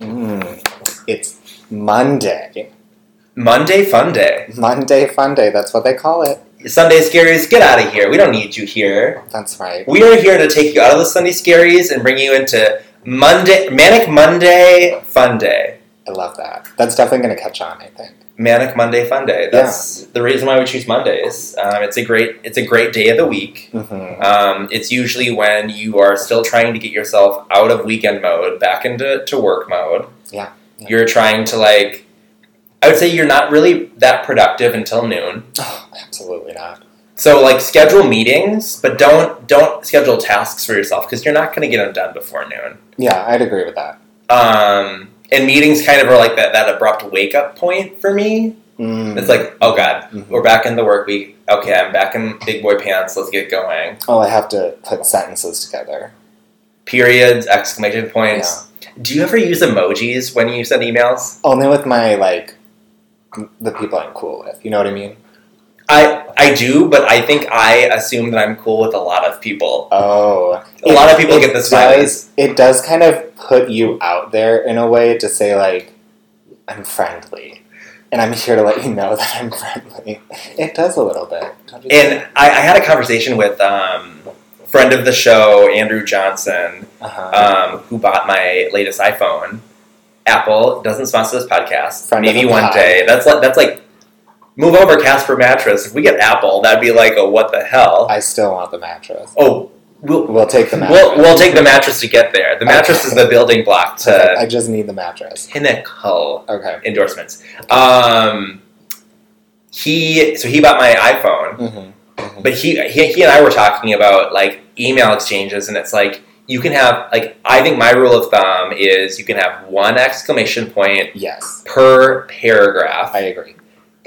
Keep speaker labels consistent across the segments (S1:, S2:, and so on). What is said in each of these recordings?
S1: Hmm. It's Monday.
S2: Monday fun day.
S1: Monday Fun Day. That's what they call it.
S2: Sunday scaries, get out of here. We don't need you here.
S1: That's right.
S2: We are here to take you out of the Sunday scaries and bring you into Monday Manic Monday Fun Day.
S1: I love that. That's definitely going to catch on. I think.
S2: Manic Monday Fun Day. That's the reason why we choose Mondays. Um, it's a great it's a great day of the week.
S1: Mm-hmm.
S2: Um, it's usually when you are still trying to get yourself out of weekend mode back into to work mode.
S1: Yeah. Yeah.
S2: You're trying to like I would say you're not really that productive until noon.
S1: absolutely not.
S2: So like schedule meetings, but don't don't schedule tasks for yourself because you're not going to get them done before noon.
S1: Yeah, I'd agree with that.
S2: Um, and meetings kind of are like that that abrupt wake up point for me.
S1: Mm.
S2: It's like, oh god,
S1: Mhm.
S2: we're back in the work week. Okay, I'm back in big boy pants. Let's get going.
S1: oh, I have to put sentences together.
S2: Periods, exclamation points. Do you ever use emojis when you send emails?
S1: Only with my like the people I'm cool with. You know what I mean?
S2: I I do, but I think I assume that I'm cool with a lot of people.
S1: Oh,
S2: A lot of people get this
S1: does, it does kind of put you out there in a way to say like i'm friendly and i'm here to let you know that i'm friendly it does a little bit don't you think?
S2: And I, I had a conversation with um, friend of the show Andrew Johnson,
S1: uh-huh.
S2: um, who bought my latest iPhone. Apple doesn't sponsor this podcast.
S1: Friend of
S2: Maybe
S1: the
S2: one
S1: pod.
S2: day. That's like that's like move over Casper mattress. If we get Apple, that'd be like a what the hell?
S1: i still want the mattress
S2: Oh, we'll
S1: we'll take the mattress
S2: we'll, we'll take the mattress to get there. The mattress
S1: Okay.
S2: is the building block
S1: Perfect.
S2: to
S1: i just need the mattress
S2: pinnacle
S1: okay
S2: endorsements. Um, he so he bought my iPhone.
S1: hmm
S2: But he, he he and I were talking about like email exchanges, and it's like you can have like I think my rule of thumb is you can have one exclamation point
S1: yes
S2: per paragraph,
S1: i agree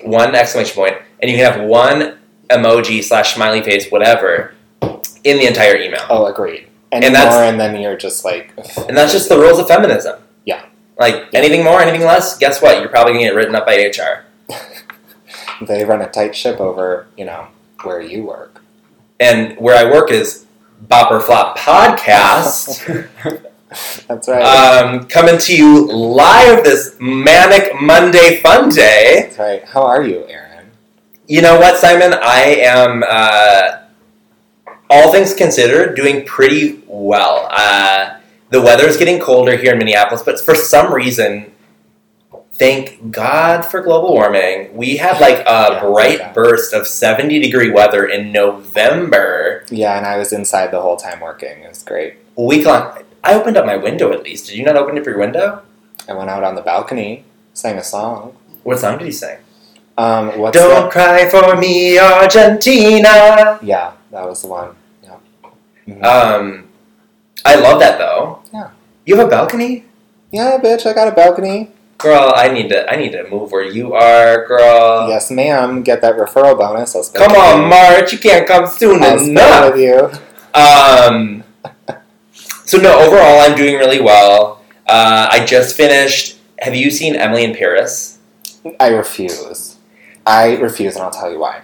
S2: one exclamation point, and you can have one emoji slash smiley face whatever in the entire email,
S1: oh agreed and,
S2: And
S1: more
S2: that's-
S1: and then you're just like
S2: and that's just the rules of feminism.
S1: Yeah.
S2: Like
S1: Yeah.
S2: anything more, anything less, guess what? You're probably gonna get written up by HR.
S1: they run a tight ship over you know where you work
S2: And where I work is Bop or Flop Podcast.
S1: that's right
S2: um, coming to you live this manic Monday fun day.
S1: that's right how are you aaron
S2: You know what, Simon? I am, uh, all things considered, doing pretty well. Uh, the weather is getting colder here in Minneapolis, but for some reason, thank God for global warming, we had like a
S1: Yeah,
S2: bright
S1: okay.
S2: burst of 70 degree weather in November.
S1: Yeah, and I was inside the whole time working. It was great.
S2: A week long. I opened up my window at least. Did you not open up your window?
S1: I went out on the balcony, sang a song.
S2: What song did you sing?
S1: Um, what's
S2: Don't cry for me, Argentina.
S1: that? Yeah, that was the one. Yeah. Mhm.
S2: Um, I love that though.
S1: Yeah.
S2: You have a balcony,
S1: yeah, bitch, I got a balcony.
S2: girl. I need to. I need to move where you are, girl.
S1: yes, ma'am. Get that referral bonus. I'll spend
S2: Come on, March. You can't come soon
S1: I'll spend it
S2: enough.
S1: with you.
S2: Um. So no, overall, I'm doing really well. Uh, I just finished. Have you seen Emily in Paris?
S1: I refuse. I refuse, and I'll tell you why.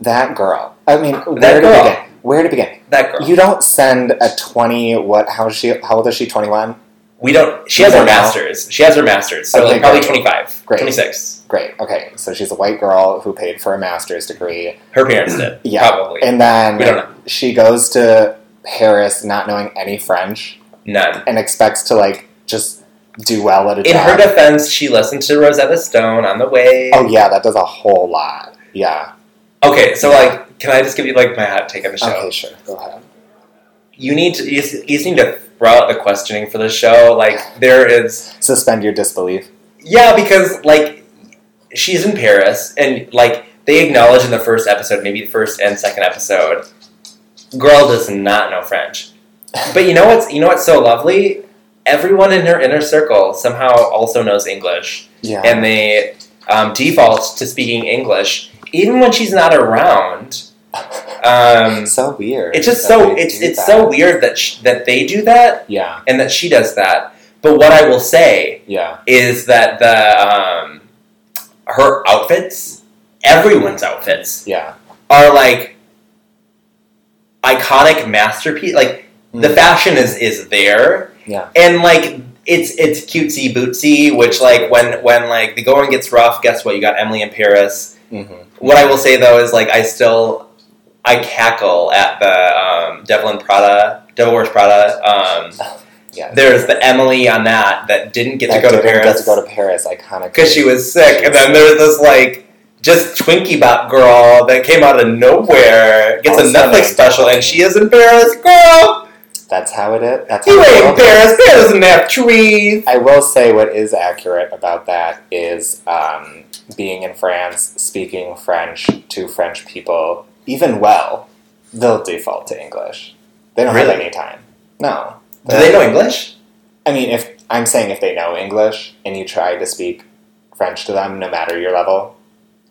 S1: That girl. I mean, where to
S2: girl.
S1: begin? Where to begin?
S2: That girl.
S1: You don't send a twenty. What? How is she? How old is she? Twenty one.
S2: we don't. She
S1: You
S2: has her
S1: don't know.
S2: masters. She has her masters. So
S1: Okay,
S2: like probably
S1: great.
S2: 25,
S1: Great.
S2: 26.
S1: Great. Okay, so she's a white girl who paid for a master's degree,
S2: Her parents did.
S1: Yeah,
S2: Probably
S1: and then
S2: We don't know.
S1: she goes to Paris not knowing any French
S2: none.
S1: and expects to like just do well at a
S2: In
S1: job.
S2: her defense, she listened to Rosetta Stone on the way.
S1: oh yeah, that does a whole lot. Yeah.
S2: Okay, so like, can I just give you like my hot take on the show?
S1: Okay, sure. Go ahead.
S2: You need to you just, you just need to throw out the questioning for the show. Like, there is
S1: Suspend your disbelief.
S2: yeah, because like she's in Paris and like they acknowledge in the first episode, maybe the first and second episode, girl does not know French. But you know what's you know what's so lovely? Everyone in her inner circle somehow also knows English.
S1: Yeah.
S2: and they um, default to speaking English, even when she's not around. Um,
S1: it's so weird.
S2: it's just
S1: that
S2: so
S1: they
S2: it's
S1: do
S2: it's
S1: that.
S2: so weird that sh- that they do that
S1: Yeah.
S2: and that she does that. But what I will say
S1: Yeah.
S2: is that the um, her outfits, everyone's outfits,
S1: Yeah.
S2: are like iconic masterpiece. Like the
S1: Mm.
S2: fashion is is there,
S1: Yeah.
S2: and like it's it's cutesy bootsy, which like when when like the going gets rough, guess what? You got Emily in Paris.
S1: Mm-hmm.
S2: What I will say though is like I still I cackle at the um, Devil and Prada, Devil Wears Prada. Um,
S1: Yeah.
S2: there's the Emily on that that didn't get
S1: That
S2: to go to
S1: didn't
S2: Paris
S1: Get to go to Paris, iconic.
S2: because she was sick, and then there's this like just Twinkie Bop girl that came out of nowhere gets
S1: Also
S2: a Netflix
S1: named
S2: special,
S1: Emily.
S2: and she is in Paris. Girl,
S1: That's how it is. That's
S2: you
S1: how it
S2: ain't in
S1: will be.
S2: Paris. Paris doesn't have trees.
S1: I will say what is accurate about that is um, being in France, speaking French to French people, even well, they'll default to English. They don't have
S2: Really?
S1: any time. No.
S2: Do they know English?
S1: I mean, if I'm saying if they know English and you try to speak French to them, no matter your level,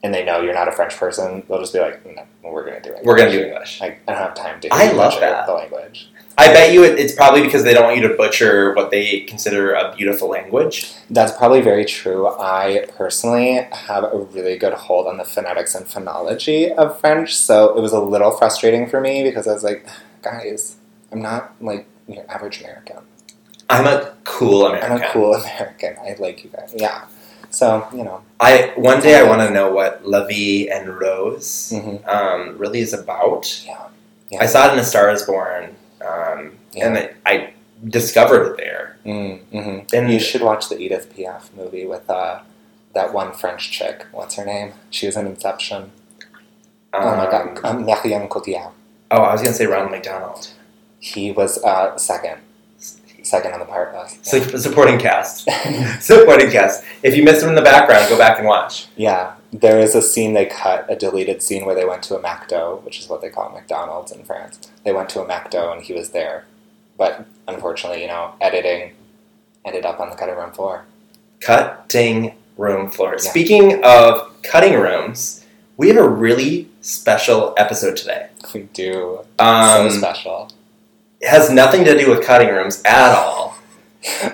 S1: and they know you're not a French person, they'll just be like, no, we're going to do it.
S2: We're gonna do English.
S1: Like, I don't have time to.
S2: I
S1: hear you
S2: love
S1: butcher
S2: that.
S1: The language.
S2: I bet you it, it's probably because they don't want you to butcher what they consider a beautiful language.
S1: That's probably very true. I personally have a really good hold on the phonetics and phonology of French, so it was a little frustrating for me because I was like, guys, I'm not like your average American.
S2: I'm a cool American.
S1: I'm a cool American. I like you guys. Yeah. So, you know.
S2: I one day I want to know what Lovey and Rose
S1: hmm
S2: um, really is about.
S1: Yeah. Yeah.
S2: I saw it in A Star Is Born, um,
S1: Yeah.
S2: and I, I discovered it there.
S1: Mm-hmm.
S2: And
S1: You should watch the Edith Piaf movie with uh, that one French chick. What's her name? She was in Inception. oh my
S2: um,
S1: god, um, Marion Cotillard.
S2: Oh, I was gonna say Ronald McDonald.
S1: He was uh, second, second on the part list.
S2: Su-
S1: Yeah.
S2: supporting cast, supporting cast. If you missed him in the background, go back and watch.
S1: yeah, there is a scene they cut, a deleted scene where they went to a MacDo, which is what they call McDonald's in France. They went to a MacDo and he was there, but unfortunately, you know, editing ended up on the cutting room floor.
S2: Cutting room floor.
S1: Yeah.
S2: Speaking of cutting rooms, we have a really special episode today.
S1: We do
S2: Um,
S1: so special,
S2: it has nothing to do with cutting rooms at all.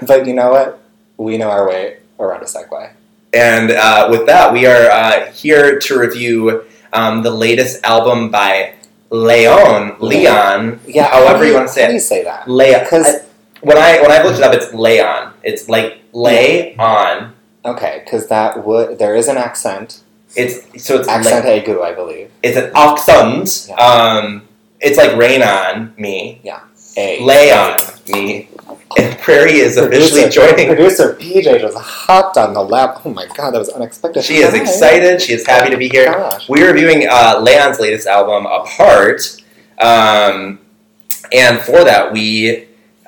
S1: but you know what? We know our way around a segue.
S2: And uh, with that, we are uh, here to review um, the latest album by Leon. Leon.
S1: Yeah,
S2: However
S1: how do
S2: you wanna say
S1: how
S2: it.
S1: do you say that?
S2: Leon.
S1: Because
S2: When I when I looked it up, it's Leon. It's like lay on.
S1: okay, because that would there is an accent,
S2: It's so it's
S1: accent
S2: like,
S1: aigu, I believe.
S2: it's an accent.
S1: Yeah.
S2: Um, it's like rain on me,
S1: A
S2: lay on me. And Prairie is officially
S1: Producer-
S2: joining.
S1: Producer PJ just hopped on the lap. Oh my god, that was unexpected.
S2: She is
S1: Hi.
S2: excited. She is happy to be here.
S1: Gosh.
S2: We are reviewing uh, Leon's latest album, Apart, um, and for that we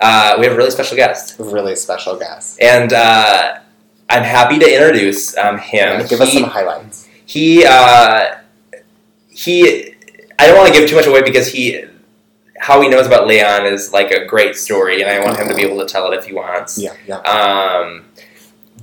S2: uh, we have a really special guest,
S1: Really special guest.
S2: and uh, I'm happy to introduce um, him.
S1: Yeah, give us
S2: He-
S1: some highlights.
S2: he uh, he. I don't want to give too much away because he how he knows about Leon is like a great story, and I want him to be able to tell it if he wants.
S1: Yeah, yeah.
S2: Um,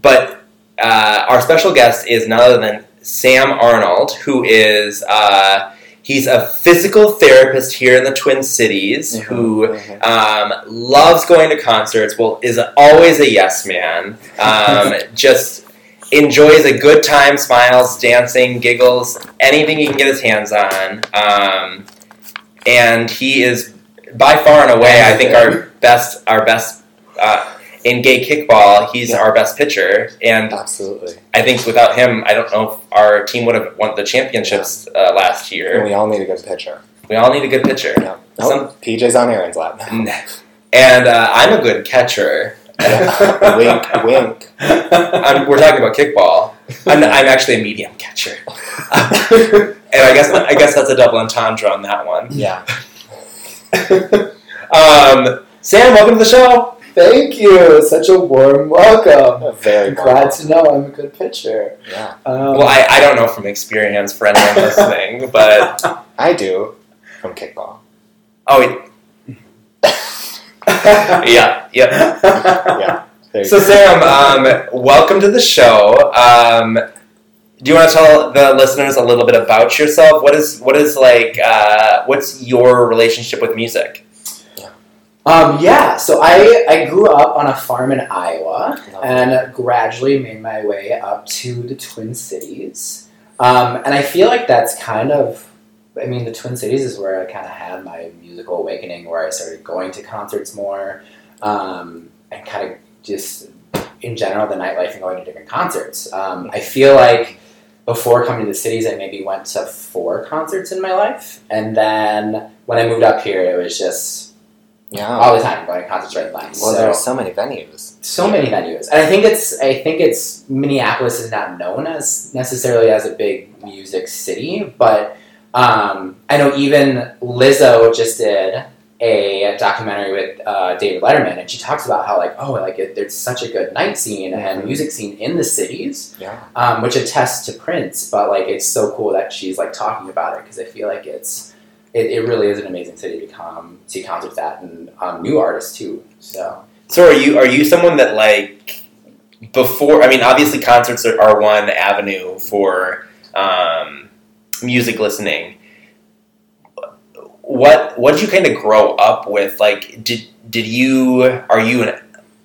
S2: but uh, our special guest is none other than Sam Arnold, who is uh, he's a physical therapist here in the Twin Cities who
S1: Mhm.
S2: um, loves going to concerts. Well, is always a yes man. Um, just enjoys a good time, smiles, dancing, giggles, anything he can get his hands on. Um, and he is by far and away, I think, our best, our best uh, in gay kickball. He's
S1: Yeah.
S2: our best pitcher, and
S1: Absolutely.
S2: I think without him, I don't know if our team would have won the championships uh, last
S1: And
S2: year.
S1: we all need a good picture.
S2: We all need a good pitcher.
S1: Yeah. Nope,
S2: Some- Mm.
S1: PJ's on Aaron's lap. now.
S2: And uh, I'm a good catcher.
S1: Yeah. wink, wink.
S2: I'm, we're talking about kickball. I'm, I'm actually a medium catcher, and I guess I guess that's a double entendre on that one.
S1: Yeah.
S2: Um, Sam, welcome to the show.
S3: Thank you. Such a warm welcome.
S1: Very
S3: I'm glad to know I'm a good pitcher.
S1: Yeah.
S3: Um,
S2: Well, I, I don't know from experience for anyone listening, but
S1: I do from kickball.
S2: oh it- yeah, yeah.
S1: There you
S2: So
S1: go.
S2: Sam, um, welcome to the show. Um, do you want to tell the listeners a little bit about yourself? What is what is like? Uh, what's your relationship with music?
S3: um, yeah. So I I grew up on a farm in Iowa
S1: Love it.
S3: and gradually made my way up to the Twin Cities. Um, and I feel like that's kind of. I mean, the Twin Cities is where I kind of had my musical awakening, where I started going to concerts more um, and kind of just in general the nightlife and going to different concerts. Um, I feel like before coming to the cities, I maybe went to four concerts in my life, and then when I moved up here, it was just
S1: Yeah.
S3: all the time going to concerts right and left.
S1: well,
S3: so.
S1: there are so many venues.
S3: so many venues, and I think it's I think it's Minneapolis is not known as necessarily as a big music city, but um, I know even Lizzo just did a documentary with uh, David Letterman, and she talks about how like oh like it, there's such a good night scene and
S1: Mhm.
S3: music scene in the cities,
S1: Yeah.
S3: um, which attests to Prince, but like it's so cool that she's like talking about it because I feel like it's. It, it really is an amazing city to come see concerts at and um, new artists too. So
S2: So are you are you someone that like before? I mean, obviously concerts are, are one avenue for um, music listening. What what did you kind of grow up with? Like, did did you are you an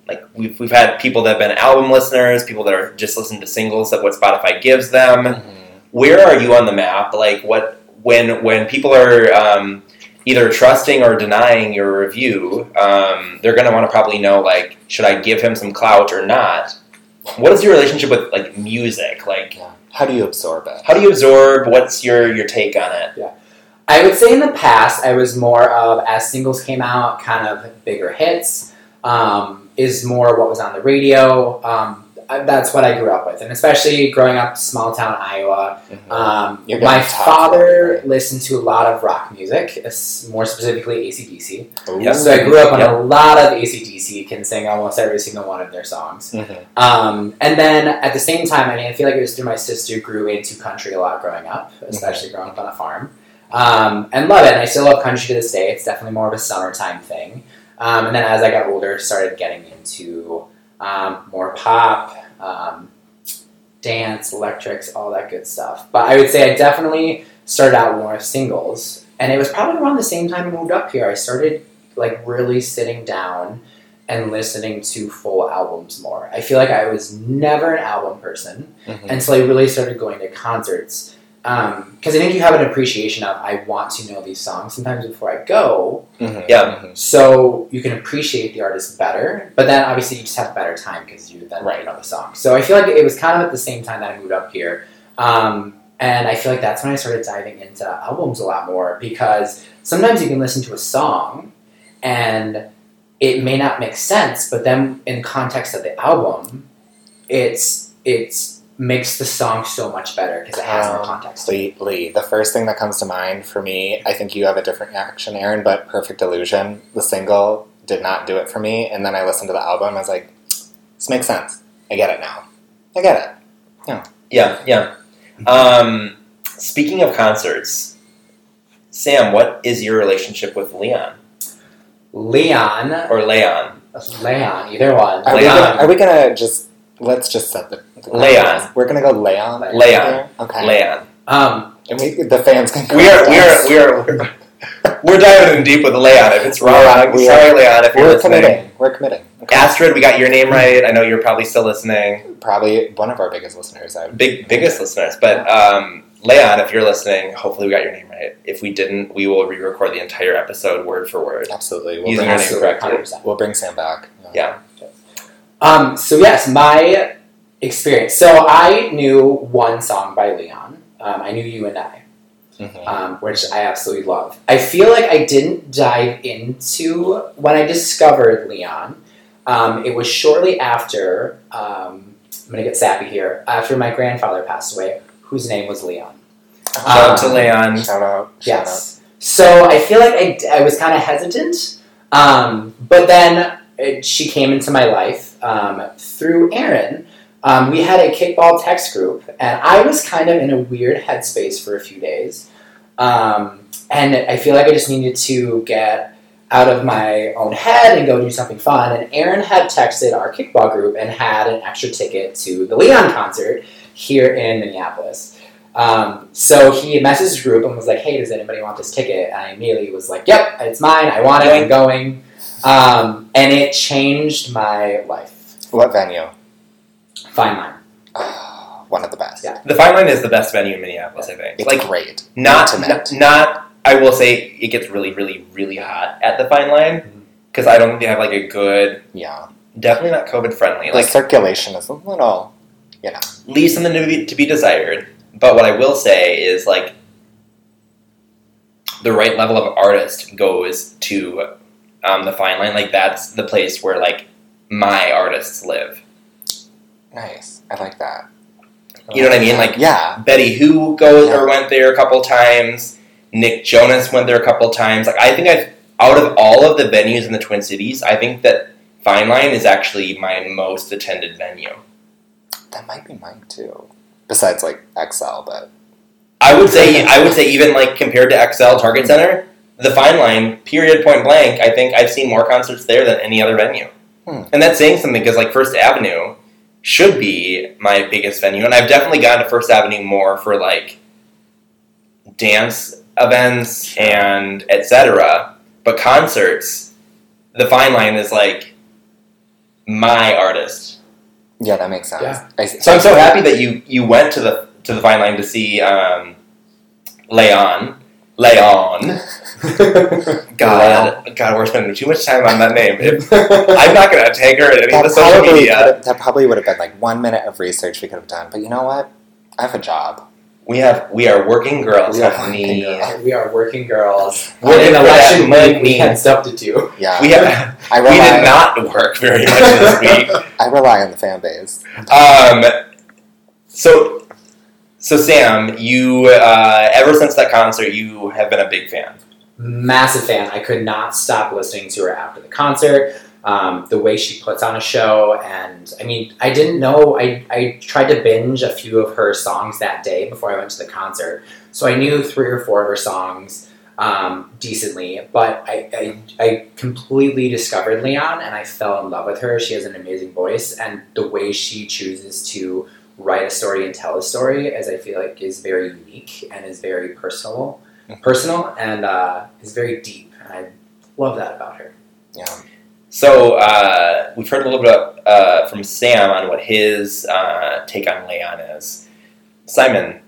S2: like we've, we've had people that have been album listeners, people that are just listening to singles that what Spotify gives them
S1: Mm-hmm.
S2: where are you on the map? Like what when when people are um, either trusting or denying your review, um, they're gonna want to probably know like should I give him some clout or not? What is your relationship with like music? Like
S1: Yeah. How do you absorb it?
S2: how do you absorb? What's your your take on it?
S3: I would say in the past, I was more of as singles came out, kind of bigger hits um, is more what was on the radio. Um, I- that's what I grew up with, and especially growing up small town Iowa.
S1: Mhm.
S3: Um,
S1: You're gonna
S3: my
S1: talk
S3: father
S1: about it, right?
S3: listened to a lot of rock music, es- more specifically ACDC.
S1: Ooh.
S2: Yeah.
S3: So I grew up on
S2: Yep.
S3: a lot of ACDC. Can sing almost every single one of their songs.
S1: Mhm.
S3: Um, and then at the same time, I mean, I feel like it was through my sister who grew into country a lot growing up, especially growing up on a farm. Um, and love it. And I still love country to this day. It's definitely more of a summertime thing. Um, and then as I got older, started getting into um, more pop, um, dance, electrics, all that good stuff. But I would say I definitely started out more with singles. And it was probably around the same time I moved up here. I started like really sitting down and listening to full albums more. I feel like I was never an album person
S1: Mhm.
S3: until I really started going to concerts. Because I think you have an appreciation of, I want to know these songs sometimes before I go,
S1: Mhm.
S2: Yeah.
S1: Mhm.
S3: so you can appreciate the artist better. But then obviously you just have better time because you then
S1: Right.
S3: know the song. So I feel like it was kind of at the same time that I moved up here. Um, and I feel like that's when I started diving into albums a lot more because sometimes you can listen to a song and it may not make sense, but then in context of the album, it's it's makes the song so much better because it has more
S1: Um,
S3: context.
S1: Completely. The first thing that comes to mind for me, I think you have a different action, Aaron, but Perfect Illusion, the single, did not do it for me. And then I listened to the album. I was like, this makes sense. I get it now. I get it.
S2: Yeah, yeah. Um, speaking of concerts, Sam, what is your relationship with Leon
S3: Leon,
S2: or Leon?
S3: Leon, either one.
S1: Are, we
S2: Leon.
S1: gonna, are we gonna just let's just set the, the
S2: Leon.
S1: context. We're gonna go lay on.
S3: Leon.
S2: Leon.
S1: Okay.
S2: Leon.
S3: Um,
S1: And we, the fans can.
S2: We are
S1: correct
S2: we
S1: us.
S2: are we are We're diving in deep with Leon. If it's wrong,
S1: Yeah, we
S2: sorry, Leon, if you're
S1: We're
S2: listening.
S1: committing. We're committing. Okay.
S2: Astrid, we got your name right. I know you're probably still listening.
S1: Probably one of our biggest listeners. I would.
S2: Big biggest listeners, but um, Leon, if you're listening, hopefully we got your name right. If we didn't, we will re-record the entire episode word for word.
S1: Absolutely. We'll
S2: Using
S1: bring,
S2: our
S1: us-
S2: name.
S3: absolutely,
S2: correct.
S3: 100%.
S1: we'll bring Sam back.
S2: Yeah.
S3: Um, so yes, my experience. So I knew one song by Leon. Um, I knew you and I,
S1: Mhm.
S3: um, which I absolutely love. I feel like I didn't dive into when I discovered Leon. Um, it was shortly after. Um, I'm gonna get sappy here. After my grandfather passed away, whose name was Leon.
S2: Shout out to
S3: Um,
S2: Leon.
S1: Shout out. Shout out.
S3: Yes. So I feel like I, I was kind of hesitant, um, but then it, she came into my life um, through Aaron. Um, we had a kickball text group, and I was kind of in a weird headspace for a few days. Um, and I feel like I just needed to get out of my own head and go do something fun. And Aaron had texted our kickball group and had an extra ticket to the Leon concert here in Minneapolis. Um, so he messaged the group and was like, "Hey, does anybody want this ticket?" And I immediately was like, "Yep, it's mine. I want it. I'm going." Um, and it changed my life.
S1: What venue?
S3: Fine line.
S1: One of the best.
S3: Yeah.
S2: The Fine Line is the best venue in Minneapolis, I think.
S1: It's
S2: Like
S1: great.
S2: not
S1: intimate.
S2: n- not I will say Mm-hmm. it gets really, really, really hot at the Fine Line because I don't think they have like a good
S1: Yeah.
S2: definitely not COVID friendly.
S1: The
S2: Like
S1: circulation is a little.
S2: leaves something to be, to be desired. But what I will say is like the right level of artist goes to um, the fine line. Like that's the place where like my artists live.
S1: Nice. I like that.
S2: You know what I mean? Like
S1: yeah.
S2: Betty Who goes or went there a couple times. Nick Jonas went there a couple times. Like I think I've out of all of the venues in the Twin Cities, I think that Fine Line is actually my most attended venue.
S1: That might be mine too. Besides like XL, but
S2: I would say I would say even like compared to XL Target Center, the Fine Line, period point blank, I think I've seen more concerts there than any other venue.
S1: Hmm.
S2: And that's saying something because like First Avenue should be my biggest venue, and I've definitely gone to First Avenue more for like dance events and etc. But concerts, the Fine Line is like my artist.
S1: yeah, that makes sense.
S3: Yeah.
S1: I,
S2: So I'm so happy that you you went to the to the Fine Line to see um, Leon. Leon. God, God, we're spending too much time on that name. If- I'm not gonna tag her in any of the
S1: that
S2: social
S1: probably,
S2: media.
S1: could've- that probably would have been like one minute of research we could have done. But you know what? I have a job.
S2: We have we are working girls.
S1: We are
S2: honey.
S1: working girls.
S3: we are working girls.
S2: Working
S3: in
S2: for
S3: election
S2: that money.
S3: week, we had stuff to do.
S1: Yeah.
S2: We have
S1: I
S2: we
S1: rely,
S2: did not work very much this week.
S1: I rely on the fan base.
S2: Um, so so Sam, you uh, ever since that concert, you have been a big fan.
S3: Massive fan. I could not stop listening to her after the concert. Um, the way she puts on a show, and I mean, I didn't know. I, I tried to binge a few of her songs that day before I went to the concert, so I knew three or four of her songs um, decently. But I, I I completely discovered Leon, and I fell in love with her. She has an amazing voice, and the way she chooses to write a story and tell a story as I feel like is very unique and is very personal, personal and uh, is very deep. And I love that about her.
S1: Yeah.
S2: So uh, we've heard a little bit uh, from Sam on what his uh, take on Leon is. Simon,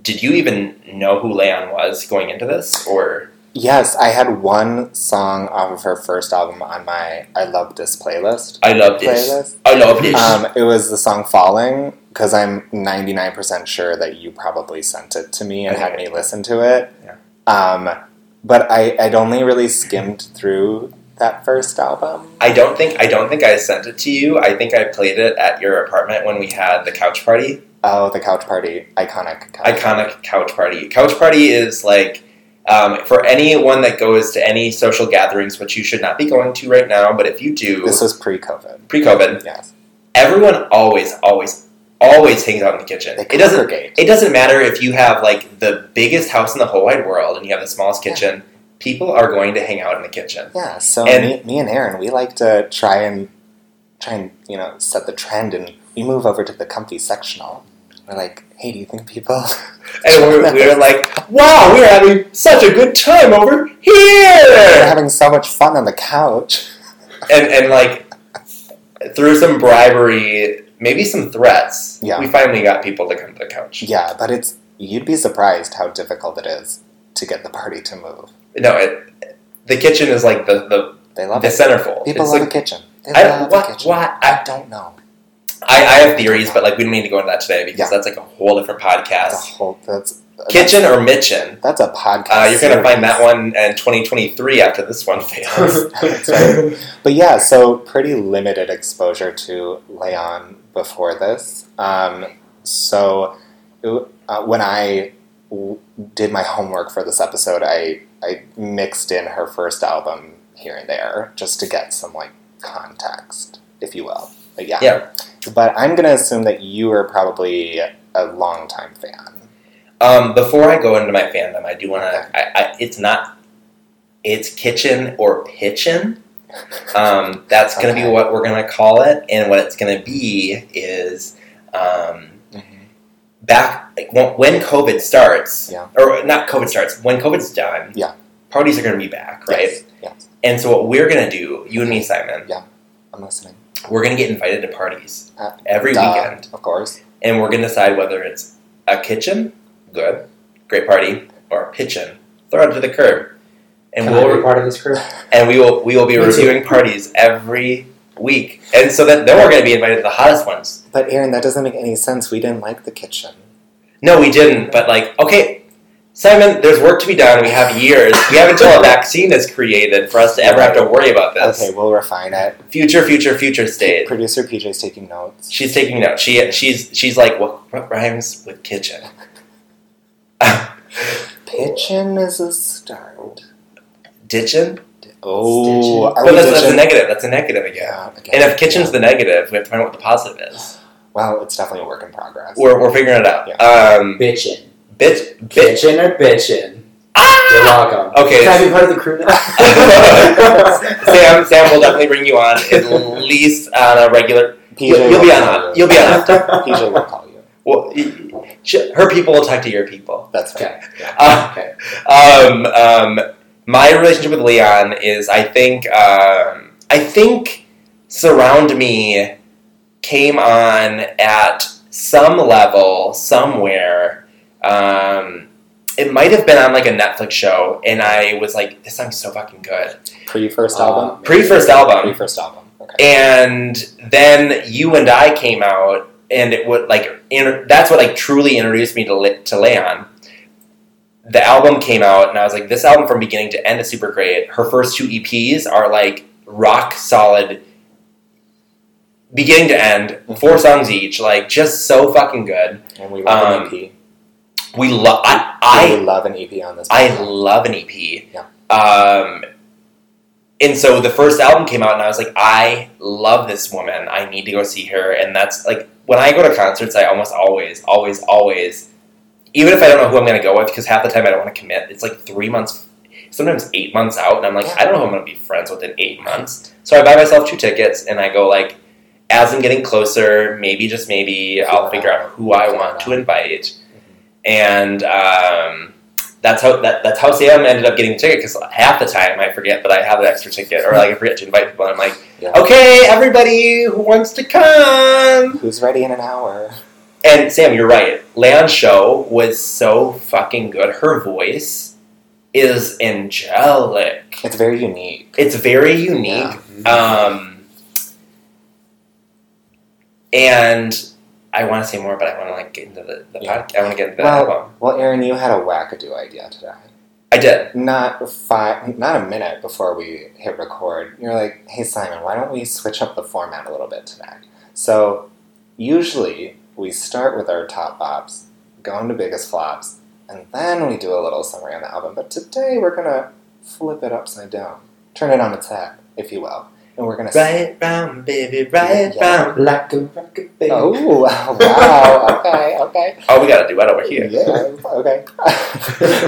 S2: did you even know who Leon was going into this, or
S1: Yes, I had one song off of her first album on my I Love This playlist.
S2: I love this,
S1: Playlist.
S2: I love this.
S1: Um, it was the song Falling because I'm 99% sure that you probably sent it to me and had me listen to it.
S2: Yeah.
S1: Um, but I, I'd only really skimmed through that first album.
S2: I don't think I don't think I sent it to you. I think I played it at your apartment when we had the couch party.
S1: Oh, The Couch Party. Iconic. Couch.
S2: Iconic couch party. Couch party is like. Um, for anyone that goes to any social gatherings, which you should not be going to right now, but if you do,
S1: This was pre COVID.
S2: pre-COVID,
S1: Yes.
S2: everyone always, always, always hangs out in the kitchen.
S1: They
S2: It doesn't.
S1: congregate.
S2: It doesn't matter if you have like the biggest house in the whole wide world and you have the smallest kitchen. People are going to hang out in the kitchen.
S1: Yeah, so
S2: And-
S1: me, me and Aaron, we like to try and try and you know set the trend, and we move over to the comfy sectional. We're like, hey, do you think people?
S2: And we're, we're like, wow, we're having such a good time over here.
S1: We're having so much fun on the couch.
S2: and and like through some bribery, maybe some threats,
S1: Yeah.
S2: we finally got people to come to the couch.
S1: Yeah, but it's you'd be surprised how difficult it is to get the party to move.
S2: No, it, the kitchen is like the the,
S1: They love
S2: the
S1: it.
S2: centerfold.
S1: People
S2: it's
S1: love
S2: like
S1: the kitchen. They
S2: I
S1: love
S2: don't
S1: the
S2: what
S1: kitchen.
S2: what I
S1: I don't know.
S2: I, I have theories, but like we don't need to go into that today because
S1: Yeah.
S2: that's like a whole different
S1: That's a
S2: podcast.
S1: whole that's
S2: Kitchen or Mitchin?
S1: That's, that's a podcast.
S2: Uh, you're gonna
S1: series.
S2: find that one in 2023 after this one fails.
S1: But yeah, so pretty limited exposure to Leon before this. Um, so it w- uh, when I w- did my homework for this episode, I, I mixed in her first album here and there just to get some like context, if you will. But yeah.
S2: Yeah.
S1: But I'm going to assume that you are probably a longtime fan.
S2: um, before I go into my fandom, I do want to. I, I, it's not. It's kitchen or pitchin. Um, that's gonna
S1: Okay.
S2: be what we're gonna call it, and what it's gonna be is. Um,
S1: Mm-hmm.
S2: back like, when when COVID starts,
S1: Yeah.
S2: or not COVID starts, when COVID's done,
S1: Yeah.
S2: parties are going to be back, right?
S1: Yes, yes.
S2: And so what we're going to do, you and me, Simon,
S1: I'm listening.
S2: we're going to get invited to parties
S1: Uh,
S2: every
S1: Duh,
S2: weekend,
S1: Of course.
S2: and we're going to decide whether it's a kitchen, good, great party, or a pitchin, throw it to the curb, and
S3: Can I be
S2: we'll
S3: part of this crew?
S2: and we will we will be
S3: Me too.
S2: reviewing parties every week, and so that then we're going to be invited to the hottest ones.
S1: But Aaron, that doesn't make any sense. We didn't like the kitchen.
S2: No, we didn't. But like, okay, Simon, there's work to be done. We have years. We have until a vaccine is created for us to ever have to worry about this.
S1: Okay, we'll refine it.
S2: Future, future, future state.
S1: Producer PJ's taking notes.
S2: She's taking notes. She she's she's like what, what rhymes with kitchen?
S1: Pitchin is a start.
S2: Ditchin.
S1: Oh,
S3: Stitchin'.
S1: are
S2: But
S1: we
S2: that's, that's a
S1: ditching-
S2: negative. That's a negative again.
S1: Yeah, again.
S2: And if kitchen's the negative, we have to find out what the positive is.
S1: well, it's definitely a work in progress.
S2: We're, we're figuring it out.
S1: Yeah.
S2: Um,
S3: Bitchin'.
S2: bitch, bitch.
S3: Bitchin' or bitchin'. You're
S2: Ah!
S3: welcome.
S2: Okay.
S3: Can I be part of the crew now?
S2: Sam, Sam will definitely bring you on at least on a regular.
S1: PJ
S2: You'll, you'll
S1: will
S2: be on.
S1: call
S2: a-
S1: you.
S2: You'll be on. a-
S1: PJ will call you.
S2: Well, y- sh- her people will talk to your people.
S1: That's fine.
S3: Okay.
S2: Uh,
S3: Okay.
S2: um, um, my relationship with Leon is, I think, um, I think, surround me came on at some level somewhere. Um, it might have been on like a Netflix show, and I was like, "This song's so fucking good."
S1: Pre first album.
S3: Um,
S2: Pre first Uh, album,
S1: Pre first album. Okay.
S2: and then you and I came out, and it would like inter- that's what like truly introduced me to Le- to Leon. The album came out, and I was like, this album from beginning to end is super great. Her first two EPs are like rock solid, beginning to end, four songs each, like just so fucking good.
S1: And we love
S2: um,
S1: an EP.
S2: We love. I,
S1: I,
S2: I
S1: we love an EP on this.
S2: I
S1: podcast.
S2: love an EP.
S1: Yeah.
S2: Um, and so the first album came out, and I was like, I love this woman. I need to go see her. And that's like when I go to concerts, I almost always, always, always, even if I don't know who I'm going to go with, because half the time I don't want to commit. It's like three months, sometimes eight months out, and I'm like, I don't know who I'm going to be friends with in eight months. So I buy myself two tickets, and I go like, as I'm getting closer, maybe just maybe I'll figure out Mm-hmm. who I want to invite and um, that's how that, that's how Sam ended up getting a ticket because half the time I forget that I have an extra ticket or like I forget to invite people and I'm like,
S1: Yeah.
S2: okay, everybody who wants to come.
S1: Who's ready in an hour?
S2: And Sam, you're right. Leon's show was so fucking good. Her voice is angelic.
S1: It's very unique.
S2: It's very unique. Um, and I want to say more, but I want to like get into the, the
S1: Yeah.
S2: podcast. I want to get into the
S1: Well-
S2: album.
S1: Well, Aaron, you had a wackadoo idea today.
S2: I did.
S1: Not five, not a minute before we hit record, you're like, "Hey Simon, why don't we switch up the format a little bit today?" So, usually we start with our top bops, go into biggest flops, and then we do a little summary on the album. But today we're gonna flip it upside down, turn it on its head, if you will, and we're gonna
S2: Right round, baby, right
S1: Yeah.
S2: round.
S3: Like a rocket baby.
S1: Oh wow! okay, okay.
S2: Oh, we got a duet over here.
S1: Yeah, okay.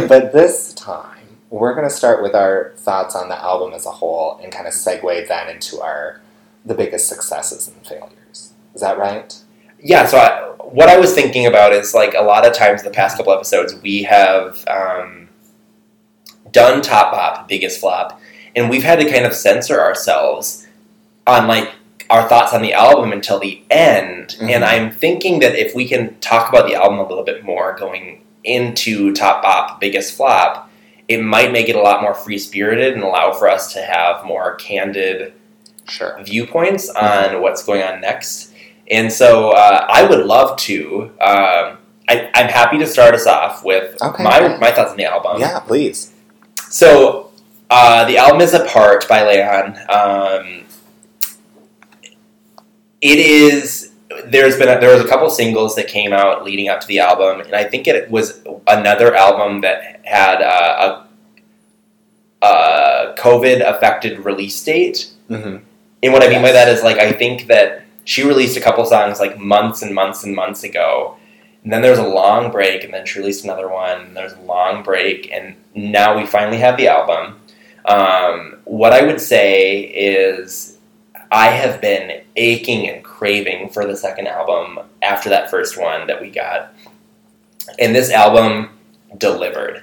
S1: but this time, we're going to start with our thoughts on the album as a whole and kind of segue then into our the biggest successes and failures. Is that right?
S2: Yeah, so I, what I was thinking about is like a lot of times the past couple episodes we have um, done top pop, biggest flop, and we've had to kind of censor ourselves on like our thoughts on the album until the end.
S1: Mhm.
S2: And I'm thinking that if we can talk about the album a little bit more going into top pop, biggest flop, it might make it a lot more free spirited and allow for us to have more candid
S1: Sure.
S2: viewpoints
S1: Mm-hmm.
S2: on what's going on next. And so uh, I would love to. Um, I, I'm happy to start us off with
S1: Okay.
S2: my, my thoughts on the album.
S1: yeah, please.
S2: So uh, the album is Apart by Leon. Um, it is. There's been a, there was a couple singles that came out leading up to the album, and I think it was another album that had uh, a, a COVID affected release date.
S1: Mm-hmm.
S2: And what I mean by that is like I think that she released a couple songs like months and months and months ago. And then there was a long break, and then she released another one. And there was a long break, and now we finally have the album. Um, what I would say is, I have been aching and craving for the second album after that first one that we got, and this album delivered.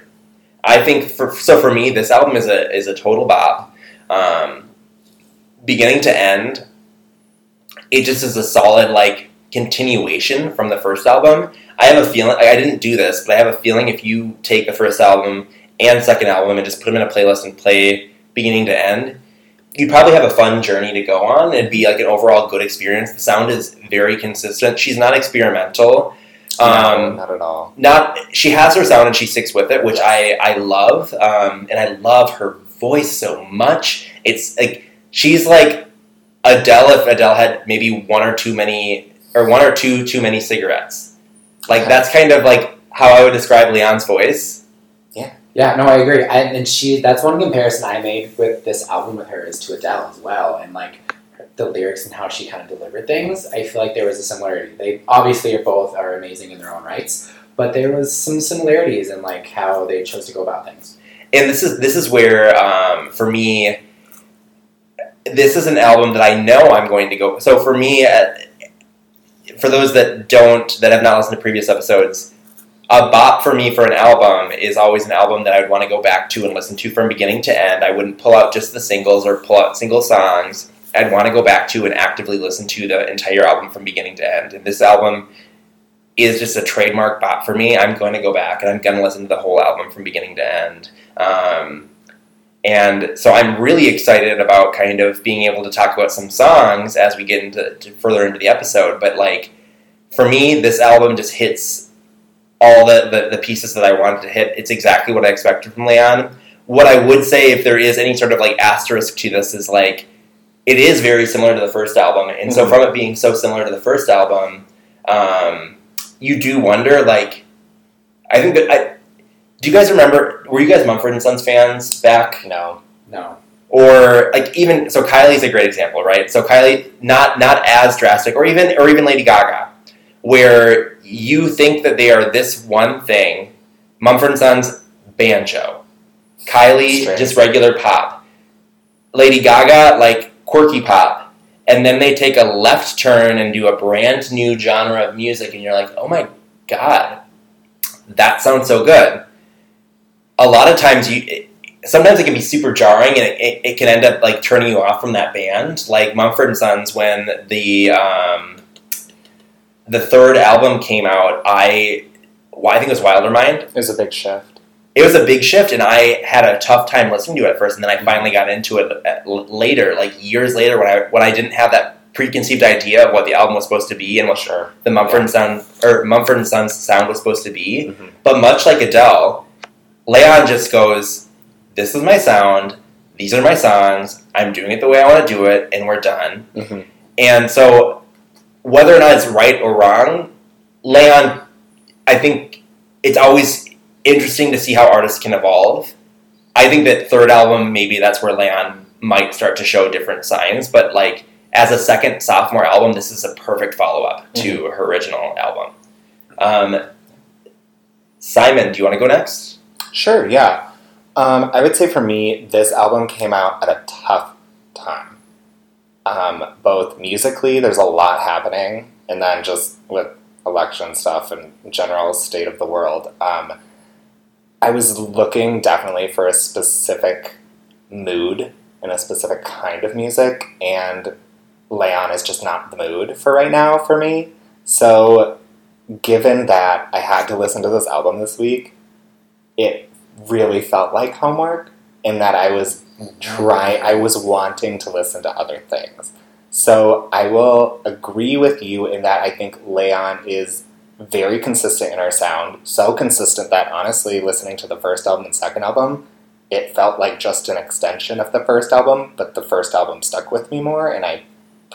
S2: I think for, so. For me, this album is a is a total bop. Um, beginning to end, it just is a solid like continuation from the first album. I have a feeling I didn't do this, but I have a feeling if you take the first album and second album and just put them in a playlist and play beginning to end, you'd probably have a fun journey to go on. It'd be like an overall good experience. The sound is very consistent. She's not experimental.
S1: no,
S2: Um,
S1: not at all.
S2: not she has her sound and she sticks with it, which I I love. Um, and I love her voice so much. It's like she's like Adele if Adele had maybe one or too many or one or two too many cigarettes. Like that's kind of like how I would describe Leon's voice.
S3: Yeah, no, I agree. I, and she that's one comparison I made with this album with her is to Adele as well. And like the lyrics and how she kind of delivered things, I feel like there was a similarity. They obviously are both are amazing in their own rights, but there was some similarities in like how they chose to go about things.
S2: and this is this is where um, for me this is an album that I know I'm going to go so for me uh, for those that don't that have not listened to previous episodes a bop for me for an album is always an album that I would want to go back to and listen to from beginning to end. I wouldn't pull out just the singles or pull out single songs. I'd want to go back to and actively listen to the entire album from beginning to end. And this album is just a trademark bop for me. I'm going to go back and I'm going to listen to the whole album from beginning to end. Um, and so I'm really excited about kind of being able to talk about some songs as we get into to further into the episode. But like for me, this album just hits all the, the, the pieces that I wanted to hit. It's exactly what I expected from Leon. What I would say if there is any sort of like asterisk to this is like it is very similar to the first album. And so
S1: Mhm.
S2: from it being so similar to the first album, um, you do wonder like I think that I, do you guys remember? Were you guys Mumford and Sons fans back?
S1: No.
S3: No.
S2: Or like even so, Kylie's a great example, right? So Kylie, not not as drastic, or even or even Lady Gaga, where you think that they are this one thing. Mumford and Sons banjo, Kylie
S1: Straight.
S2: just regular pop, Lady Gaga like quirky pop, and then they take a left turn and do a brand new genre of music, and you're like, oh my god, that sounds so good. A lot of times you. It, Sometimes it can be super jarring, and it, it, it can end up like turning you off from that band. Like Mumford and Sons, when the um, the third album came out, I well, I think it was Wilder Mind
S1: It was a big shift.
S2: it was a big shift and i had a tough time listening to it at first and then i finally got into it at- later like years later when i when i didn't have that preconceived idea of what the album was supposed to be and what
S1: Sure.
S2: the mumford and son or mumford and sons sound was supposed to be
S1: Mhm.
S2: but much like adele leon just goes this is my sound these are my songs i'm doing it the way i want to do it and we're done
S1: Mhm.
S2: and so, whether or not it's right or wrong, Leon, I think it's always interesting to see how artists can evolve. I think that third album, maybe that's where Leon might start to show different signs, but like as a second sophomore album, this is a perfect follow up to her original album. Um, Simon, do you want to go next?
S1: Sure, yeah. Um, I would say for me, this album came out at a tough time. Um, both musically, there's a lot happening, and then just with election stuff and general state of the world. Um, I was looking definitely for a specific mood and a specific kind of music, and Leon is just not the mood for right now for me. So, given that I had to listen to this album this week, it really felt like homework in that I was trying, I was wanting to listen to other things. So, I will agree with you in that I think Leon is very consistent in her sound, so consistent that honestly, listening to the first album and second album, it felt like just an extension of the first album, but the first album stuck with me more, and I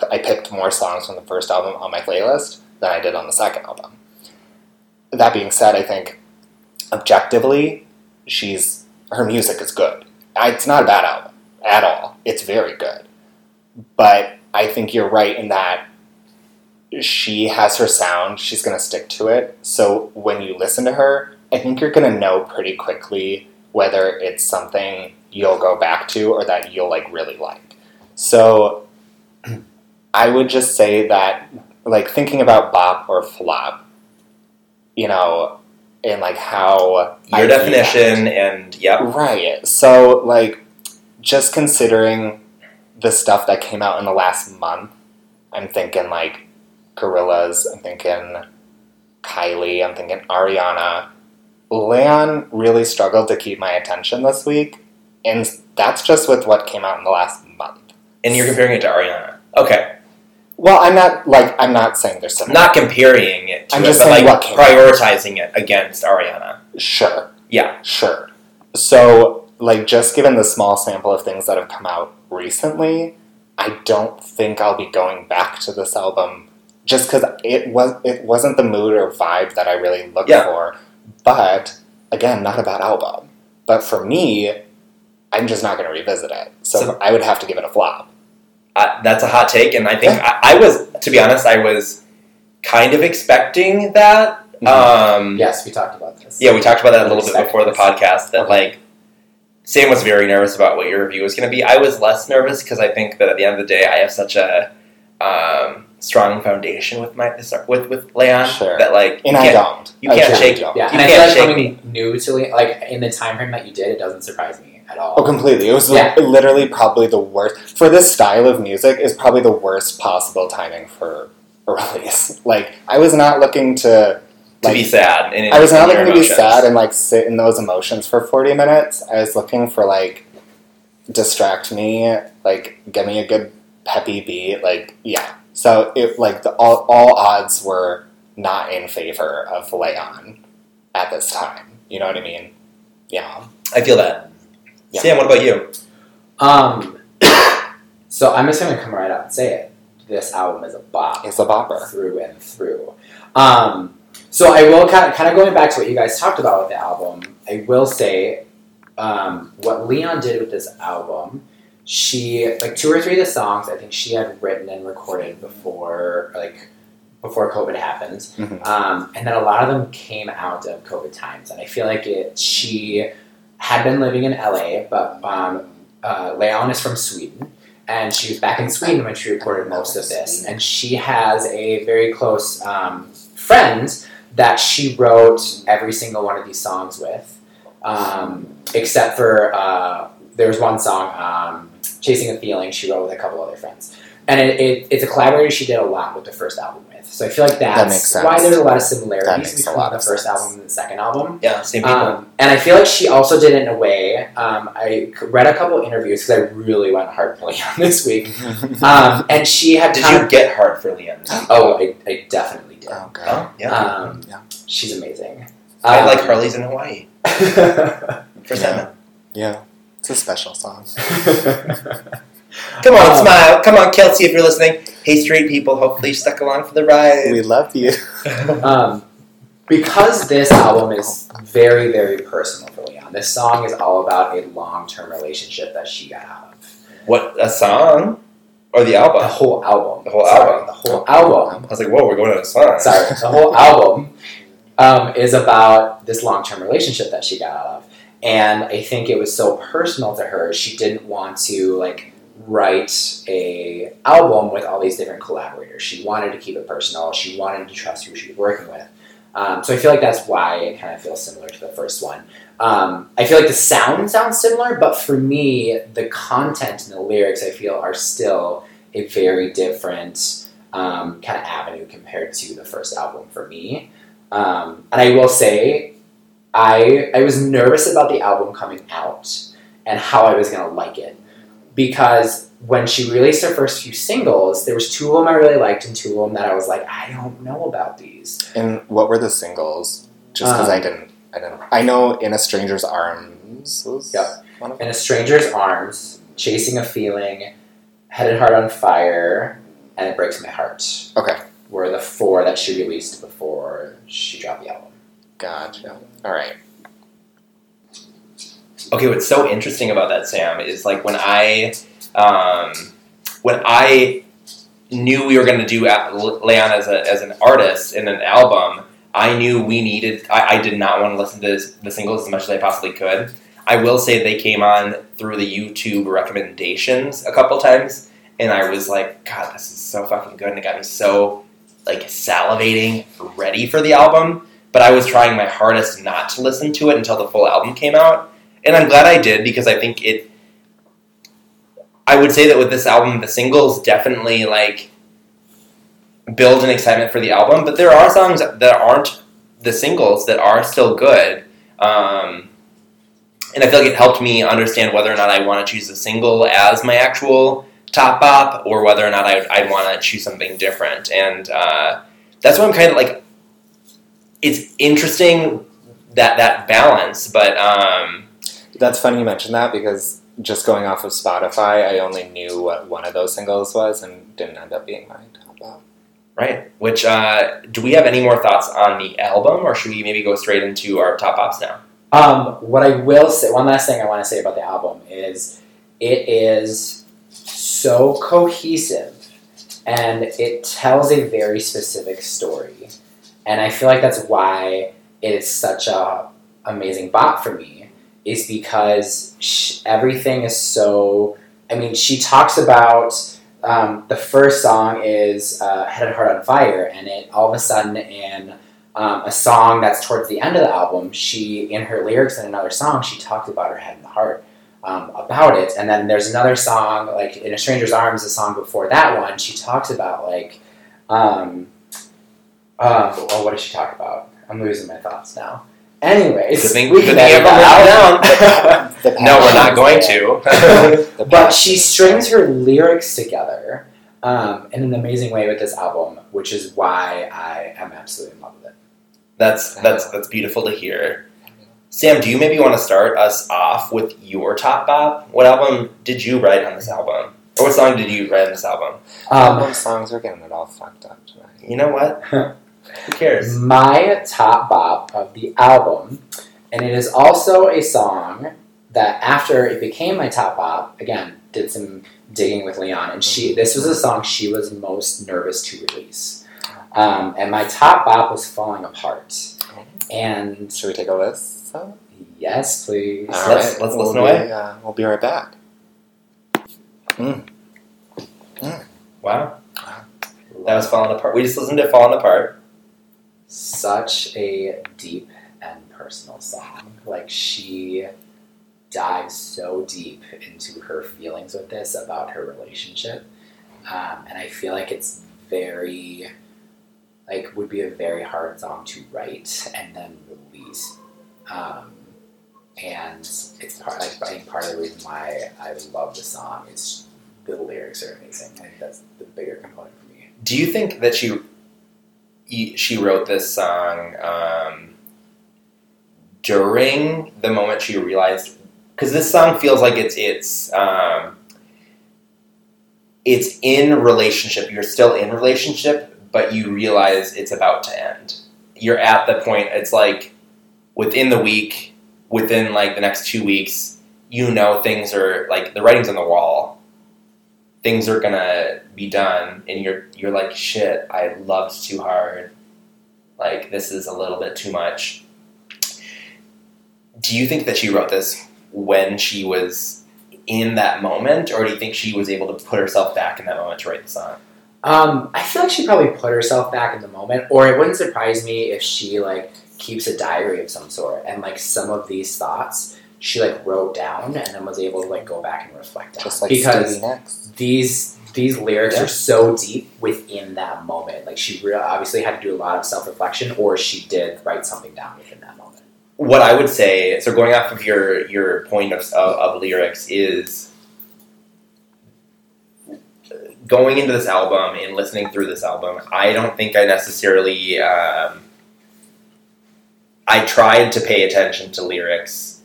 S1: I picked more songs from the first album on my playlist than I did on the second album. That being said, I think objectively, she's her music is good. I- It's not a bad album at all. It's very good, but I think you're right in that she has her sound. She's going to stick to it. So when you listen to her, I think you're going to know pretty quickly whether it's something you'll go back to or that you'll like really like. So I would just say that like thinking about bop or flop, you know, and like how I
S2: Your
S1: view
S2: definition, and
S1: that.
S2: yep.
S1: Right. So like just considering the stuff that came out in the last month, I'm thinking like Gorillas, I'm thinking Kylie, I'm thinking Ariana. Leon really struggled to keep my attention this week, and that's just with what came out in the last month.
S2: and you're comparing it to Ariana. Okay,
S1: Well, I'm not like I'm not saying they're
S2: I'm
S1: similar.
S2: not comparing it. To
S1: I'm
S2: it,
S1: just
S2: but
S1: saying
S2: like
S1: what came-
S2: prioritizing it against Ariana.
S1: Sure.
S2: Yeah.
S1: Sure. So, like, just given the small sample of things that have come out recently, I don't think I'll be going back to this album just because it was it wasn't the mood or vibe that I really looked
S2: Yeah.
S1: for. But again, not a bad album. But for me, I'm just not going to revisit it. So,
S2: So-
S1: I would have to give it a flop.
S2: I, Uh, that's a hot take, and I think I, I was, to be honest, I was kind of expecting that.
S1: Mm-hmm.
S2: Um,
S3: Yes, we talked about this.
S2: Yeah, we talked about that a little bit
S3: Expect
S2: before the
S3: this.
S2: podcast. That
S1: Okay.
S2: like Sam was very nervous about what your review was going to be. I was less nervous because I think that at the end of the day, I have such a um, strong foundation with my with with Leon
S1: Sure.
S2: that like
S1: And
S2: you
S1: I
S2: can't,
S1: don't.
S2: you
S1: I
S2: can't
S1: truly
S2: shake-
S1: don't.
S3: Yeah,
S2: You
S3: and I feel
S2: can't
S3: like
S2: shake
S3: coming new to Le- like in the time frame that you did, it doesn't surprise me at all.
S1: Oh, completely. It was
S3: Yeah.
S1: literally probably the worst for this style of music is probably the worst possible timing for a release. Like I was not looking to
S2: to
S1: like
S2: be sad. And
S1: I was not
S2: and
S1: looking
S2: your
S1: to be
S2: emotions.
S1: sad and like sit in those emotions for 40 minutes. I was looking for like distract me, like give me a good peppy beat, like yeah. So it like the, all all odds were not in favor of Leon at this time. You know what I mean? Yeah.
S2: I feel that.
S1: Yeah.
S2: Sam, what about you?
S3: Um, so I'm just gonna come right out and say it. This album is a bop
S1: It's a bopper.
S3: through and through. Um, so I will kind of, kind of going back to what you guys talked about with the album. I will say um, what Leon did with this album. She like two or three of the songs I think she had written and recorded before like before COVID happened.
S1: Mhm.
S3: Um, and then a lot of them came out of COVID times. And I feel like it, she had been living in LA, but um, uh, Leon is from Sweden. And she was back in Sweden when she recorded most of this. And she has a very close um, friend that she wrote every single one of these songs with, um, except for uh, there was one song, um, Chasing a Feeling, she wrote with a couple other friends and it, it, it's a collaboration she did a lot with the first album with. So I feel like that's
S1: makes sense.
S3: why there's a lot of
S1: That
S3: similarities
S1: makes a
S3: between
S1: lot
S3: the
S1: of
S3: first
S1: sense.
S3: album and the second album.
S2: Yeah, same people.
S3: Um, and I feel like she also did it in a way. Um, I c- read a couple interviews because I really went hard for Leon this week, um, and she had
S2: Did
S3: kind
S2: you
S3: of-
S2: get hard for Leon?
S3: oh, I, I definitely did.
S1: Oh god.
S2: Oh, yeah.
S3: Um,
S1: Yeah.
S3: she's amazing.
S2: I
S3: Um,
S2: like Harley's in Hawaii for
S1: Yeah.
S2: seven.
S1: Yeah. It's a special song.
S2: Come on,
S3: Um,
S2: smile. Come on, Kelsey, if you're listening. Hey, straight people. Hopefully, you stuck along for the ride.
S1: We love you.
S3: um, because this album is very, very personal for Leon. This song is all about a long-term relationship that she got out of.
S2: What a song or the
S3: the
S2: album?
S3: whole album.
S2: The whole
S3: Sorry,
S2: album.
S3: The whole album.
S2: I was like, whoa, we're going to a song.
S3: Sorry, the whole album um, is about this long-term relationship that she got out of, and I think it was so personal to her. She didn't want to like write a album with all these different collaborators. She wanted to keep it personal. She wanted to trust who she was working with. Um, so I feel like that's why it kind of feels similar to the first one. Um, I feel like the sound sounds similar, but for me, the content and the lyrics I feel are still a very different um, kind of avenue compared to the first album for me. Um, and I will say, I I was nervous about the album coming out and how I was gonna like it because when she released her first few singles, there was two of them I really liked and two of them that I was like, I don't know about these.
S1: And what were the singles? Just because I didn't, I didn't. I know "In a Stranger's Arms" was
S3: Yep.
S1: one of them.
S3: in a stranger's arms, chasing a feeling, headed heart on fire, and it breaks my heart.
S1: Okay.
S3: Were the four that she released before she dropped the album.
S1: Gotcha. All right.
S2: Okay, what's so interesting about that, Sam, is like when I, um, when I knew we were going to do a- Leon as, a, as an artist in an album, I knew we needed. I, I did not want to listen to this, the singles as much as I possibly could. I will say they came on through the YouTube recommendations a couple times, and I was like, God, this is so fucking good, and it got me so like salivating, ready for the album. But I was trying my hardest not to listen to it until the full album came out and I'm glad I did because I think it. I would say that with this album, the singles definitely like build an excitement for the album, but there are songs that aren't the singles that are still good. Um, and I feel like it helped me understand whether or not I want to choose a single as my actual Top Bop or whether or not I'd, I'd want to choose something different. And uh, that's why I'm kind of like, it's interesting that that balance, but um,
S1: That's funny you mentioned that because just going off of Spotify, I only knew what one of those singles was and didn't end up being my top out.
S2: right. Which uh, do we have any more thoughts on the album, or should we maybe go straight into our Top Bops now?
S3: Um, what I will say, one last thing I want to say about the album is it is so cohesive and it tells a very specific story. And I feel like that's why it's such a amazing bot for me is because sh everything is so. I mean, she talks about um, the first song is uh, "Headed Heart on Fire," and it all of a sudden in um, a song that's towards the end of the album, she in her lyrics in another song, she talked about her head and heart um, about it. And then there's another song like in a stranger's arms, a song before that one, she talks about like, um, uh, oh, what does she talk about? I'm losing my thoughts now. Anyways,
S2: Good thing-
S3: we
S2: good
S3: can
S2: thing you
S3: edit
S2: have
S3: that
S2: it
S3: out.
S1: The
S2: No, we're not
S1: passions
S2: going
S1: there.
S2: to.
S1: The
S3: But she
S1: passions
S3: strings her lyrics together um, in an amazing way with this album, which is why I am absolutely in love with it.
S2: That's that's that's beautiful to hear. Sam, do you maybe want to start us off with your top bop? What album did you write on this album? Or what song did you write on this album?
S1: there.
S3: Um,
S1: Those songs are getting it all fucked up tonight.
S2: You know what? Who cares?
S3: my top bop of the album, and it is also a song that after it became my top bop, again did some digging with Leon, and she this was a song she was most nervous to release, um, and my top bop was falling apart, and
S1: Should we take a list? So,
S3: yes, please.
S2: All right. let's- let's
S1: we'll
S2: listen
S1: be,
S2: away.
S1: Uh, we'll be right back.
S2: Wow. That was falling apart. We just listened to Falling Apart.
S3: such a deep and personal song. Like she dives so deep into her feelings with this about her relationship, um, and I feel like it's very, like, would be a very hard song to write and then release. Um, and it's part like I think part of the reason why I love the song is the lyrics are amazing. I think that's the bigger component for me.
S2: Do you think that she y- she wrote this song um, during the moment she realized? Because this song feels like it's it's um, it's in relationship. You're still in relationship, but you realize it's about to end. You're at the point. It's like within the week, within like the next two weeks, you know things are like the writing's on the wall things are gonna be done and you're you're like shit i loved too hard like this is a little bit too much do you think that she wrote this when she was in that moment or do you think she was able to put herself back in that moment to write the song
S3: Um, I feel like she probably put herself back in the moment, or it wouldn't surprise me if she like keeps a diary of some sort, and like some of these thoughts she like wrote down and then was able to like go back and reflect on.
S1: Just like
S3: because
S1: Stevie Nicks.
S3: these these lyrics
S2: Yeah.
S3: are so deep within that moment. Like she re- obviously had to do a lot of self reflection, or she did write something down within that moment.
S2: what I would say, so going off of your your point of, of, of lyrics is going into this album and listening through this album. I don't think I necessarily. Um, I tried to pay attention to lyrics,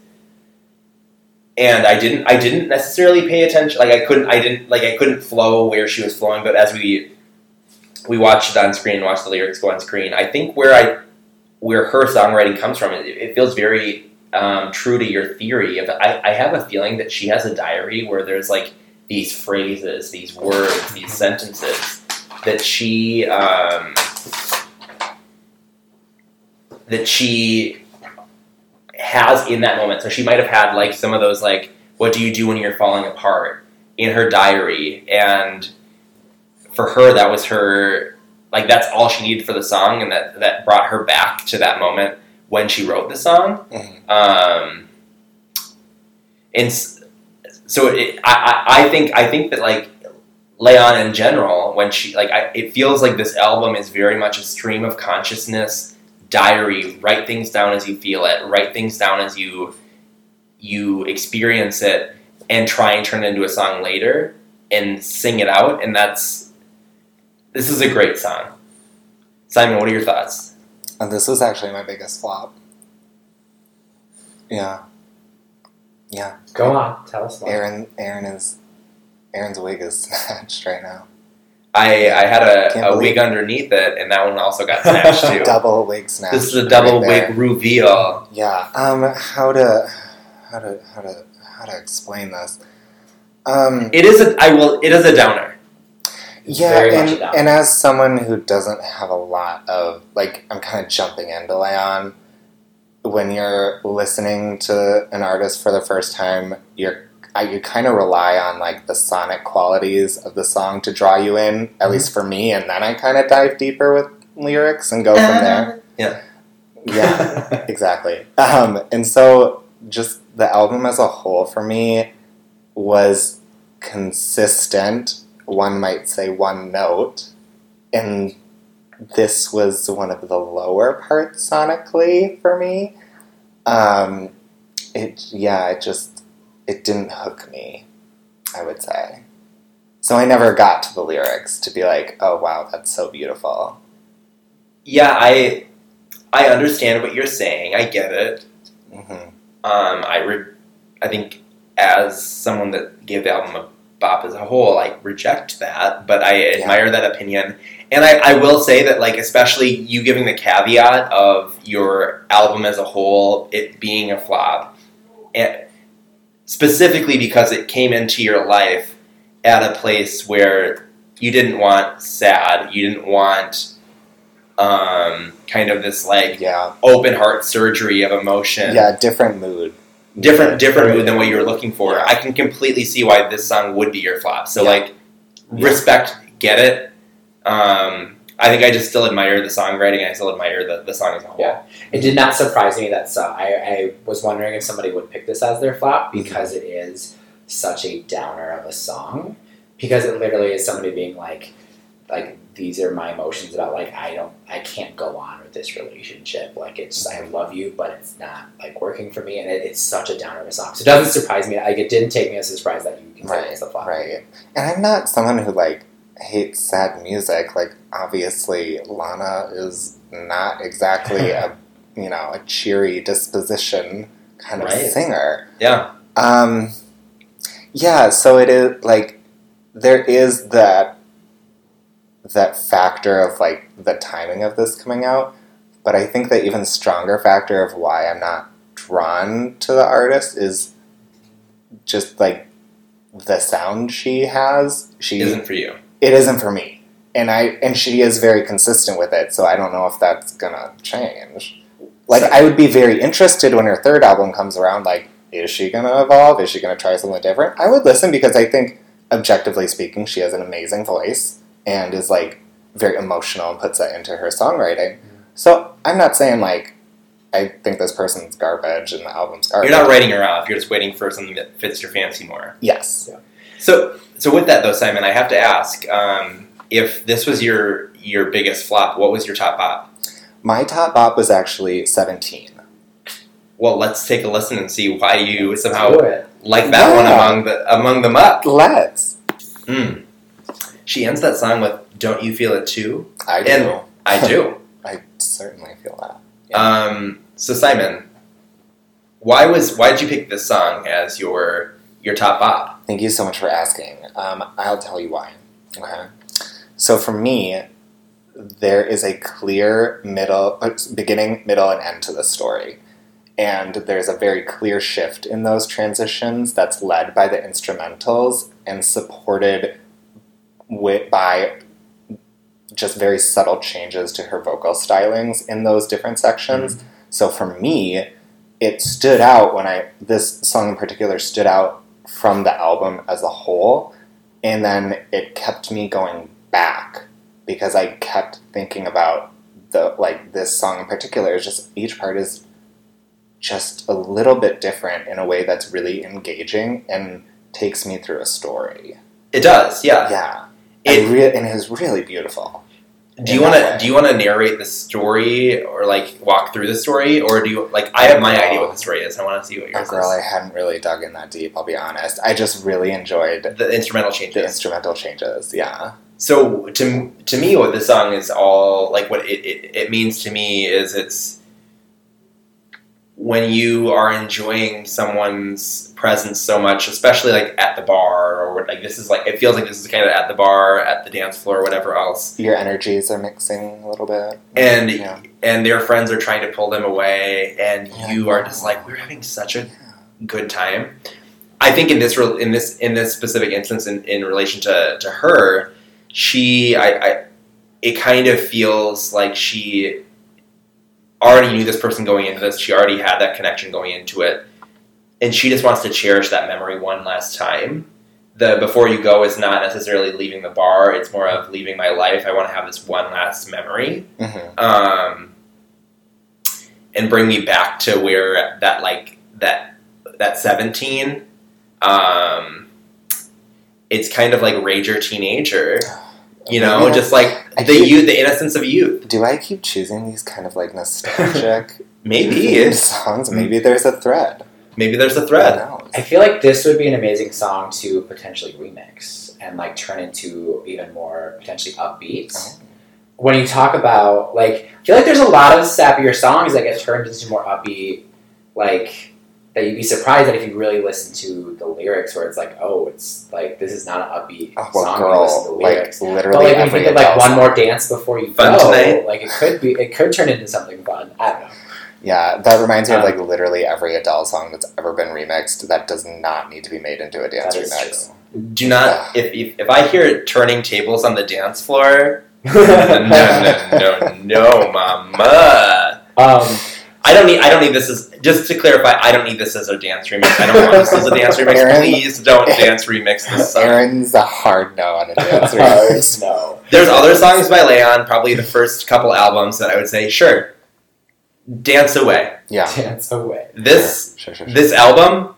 S2: and I didn't. I didn't necessarily pay attention. Like I couldn't. I didn't. Like I couldn't flow where she was flowing. But as we we watched it on screen, watched the lyrics go on screen. I think where I where her songwriting comes from. It, it feels very um, true to your theory. Of, I, I have a feeling that she has a diary where there's like these phrases, these words, these sentences that she um, that she has in that moment. So she might have had like some of those like, "What do you do when you're falling apart?" in her diary, and for her, that was her like that's all she needed for the song, and that that brought her back to that moment when she wrote the song.
S1: Mhm.
S2: Um, and s- so it, I, I I think I think that like Leon in general, when she like I, it feels like this album is very much a stream of consciousness diary. Write things down as you feel it. Write things down as you you experience it, and try and turn it into a song later. and sing it out, and that's this is a great song. Simon, what are your thoughts?
S1: And this was actually my biggest flop. Yeah. Yeah.
S3: Go on, tell us more.
S1: Aaron Aaron is Aaron's wig is snatched right now.
S2: I I had
S1: Can't
S2: a, a
S1: believe
S2: wig underneath it, and that one also got snatched too.
S1: Double wig snatch.
S2: this is a double
S1: right there.
S2: wig reveal.
S1: Yeah. Um how to how to how to how to explain this. Um
S2: It is a I will it is a downer.
S3: It's
S1: yeah,
S3: very
S1: and,
S3: much a downer.
S1: and as someone who doesn't have a lot of like, I'm kind of jumping into Leon. When you're listening to an artist for the first time, you're I, you kind of rely on like the sonic qualities of the song to draw you in, at least for me. And then I kind of dive deeper with lyrics and go from there.
S2: Yeah.
S1: yeah exactly. Um, and so, just the album as a whole for me was consistent. One might say one note, and this was one of the lower parts sonically for me. Um, it yeah, it just it didn't hook me. I would say. So I never got to the lyrics to be like, oh wow, that's so beautiful.
S2: yeah, I I understand what you're saying. I get it.
S1: hmm
S2: Um, I re- I think as someone that gave the album a bop as a whole, I reject that, but I admire that opinion. And I, I will say that, like, especially you giving the caveat of your album as a whole, it being a flop, and specifically because it came into your life at a place where you didn't want sad, you didn't want um, kind of this, like,
S1: Yeah,
S2: open heart surgery of emotion
S1: yeah, different mood.
S2: different different mood than what you were looking for.
S1: Yeah.
S2: I can completely see why this song would be your flop. So
S1: Yeah.
S2: like respect, get it. Um, I think I just still admire the songwriting. and I still admire the, the song as a whole.
S3: Yeah. It did not surprise me that so I, I was wondering if somebody would pick this as their flop
S1: Mm-hmm.
S3: because it is such a downer of a song. Because it literally is somebody being like, like these are my emotions about like I don't I can't go on with this relationship. Like it's I love you, but it's not like working for me, and it, it's such a downer of a song. So it doesn't surprise me. Like it didn't take me as a surprise that you consider it as a flop.
S1: Right. And I'm not someone who like hates sad music. Like obviously Lana is not exactly a you know, a cheery disposition kind of
S2: Right.
S1: singer.
S2: Yeah.
S1: Um yeah, so it is like there is that that factor of like the timing of this coming out, but I think the even stronger factor of why I'm not drawn to the artist is just like the sound she has. She
S2: Isn't for you.
S1: it isn't for me. And I and she is very consistent with it, so I don't know if that's gonna change. Like I would be very interested when her third album comes around, like, is she gonna evolve? Is she gonna try something different? I would listen because I think objectively speaking, she has an amazing voice and is like very emotional and puts that into her songwriting.
S2: Mm-hmm.
S1: So I'm not saying like I think this person's garbage and the album's garbage.
S2: You're not writing her off. You're just waiting for something that fits your fancy more.
S1: Yes.
S2: So, so with that though, Simon, I have to ask um, if this was your your biggest flop. What was your top bop?
S1: My top bop was actually seventeen.
S2: Well, let's take a listen and see why you somehow
S3: Do it.
S2: like that one
S1: Yeah.
S2: among the among the muck.
S1: Let's
S2: Mm. She ends that song with "Don't you feel it too?"
S1: I do.
S2: And- I do.
S1: I certainly feel that.
S2: um, so Simon, why was why did you pick this song as your your top bop?
S1: Thank you so much for asking. Um, I'll tell you why. Okay. So for me, there is a clear middle, uh, beginning, middle, and end to the story. And there's a very clear shift in those transitions that's led by the instrumentals and supported with, by just very subtle changes to her vocal stylings in those different sections. So for me, it stood out when I, this song in particular stood out from the album as a whole. And then it kept me going back because I kept thinking about the like this song in particular is just each part is just a little bit different in a way that's really engaging and takes me through a story.
S2: It does, yeah.
S1: Yeah.
S2: It-
S1: and, rea- and it was really beautiful.
S2: Do you
S1: in
S2: want
S1: that
S2: to
S1: way.
S2: do you want to narrate the story or like walk through the story or do you like I have my idea what the story is. I want to see what
S1: Oh,
S2: yours
S1: girl, I hadn't really dug in that deep. I'll be honest. I just really enjoyed
S2: is. The instrumental
S1: the
S2: changes.
S1: instrumental changes. Yeah.
S2: So to to me, what this song is all like, what it, it, it means to me is it's when you are enjoying someone's presence so much, especially like at the bar or what- like this is like it feels like this is kind of at the bar, at the dance floor, whatever else,
S1: Your energies are mixing a little bit.
S2: and
S1: yeah.
S2: and their friends are trying to pull them away, and
S1: Yeah.
S2: you are just like we're having such a good time. I think in this rel- in this in this specific instance in, in relation to, to her, she I, I it kind of feels like she already knew this person going into this. She already had that connection going into it, and she just wants to cherish that memory one last time. The before you go is not necessarily leaving the bar; it's more of leaving my life. I want to have this one last memory
S1: hmm
S2: um, and bring me back to where that like that that seventeen. Um, it's kind of like rager teenager, you know,
S1: Yeah.
S2: just like
S1: I
S2: the
S1: keep-
S2: youth, the innocence of youth.
S1: Do I keep choosing these kind of like nostalgic
S2: Maybe,
S1: songs? Maybe there's a thread.
S2: maybe there's a thread.
S1: Who knows?
S3: Mm. I feel like this would be an amazing song to potentially remix and like turn into even more potentially upbeat.
S1: Uh-huh.
S3: When you talk about like, I feel like there's a lot of sappier songs that get turned into more upbeat, like that you'd be surprised that if you really listen to the lyrics, where it's like, oh, it's like this is not an upbeat
S1: Oh, well,
S3: song. when you listen to
S1: girl,
S3: the lyrics.
S1: like literally
S3: but like when you
S1: every
S3: think of like
S1: adult
S3: one
S1: song.
S3: more dance before you
S2: Fun
S3: go,
S2: tonight.
S3: like it could be, it could turn into something fun. I don't know.
S1: Yeah, that reminds me of
S3: Um,
S1: like literally every Adele song that's ever been remixed that does not need to be made into a dance
S3: that is
S1: remix.
S2: Do not if, if if I hear it turning tables on the dance floor.
S3: true.
S2: no, no, no, no, mama.
S3: um,
S2: I don't need. I don't need this as just to clarify. I don't need this as a dance remix. I don't want this as a dance remix.
S1: Aaron.
S2: Please don't dance remix this song.
S1: Aaron's a hard no on a dance
S3: Uh,
S1: remix.
S3: no.
S2: There's other songs by Leon, probably the first couple albums that I would say, sure, dance away.
S1: Yeah.
S3: Dance away.
S2: This
S1: Sure, sure, sure.
S2: this album,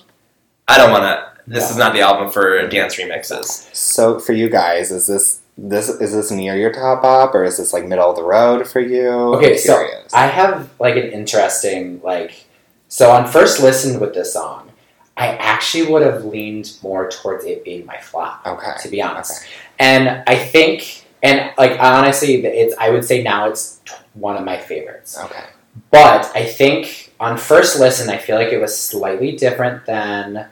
S2: I don't want to. This is not the album for dance remixes.
S1: So for you guys, is this this is this near your top op or is this like middle of the road for you?
S3: Okay,
S1: I'm
S3: so
S1: curious.
S3: I have like an interesting like. So on first listen with this song, I actually would have leaned more towards it being my flop,
S1: okay.
S3: to be honest. And I think, and like honestly, it's I would say now it's t- one of my favorites.
S1: Okay.
S3: But I think on first listen, I feel like it was slightly different than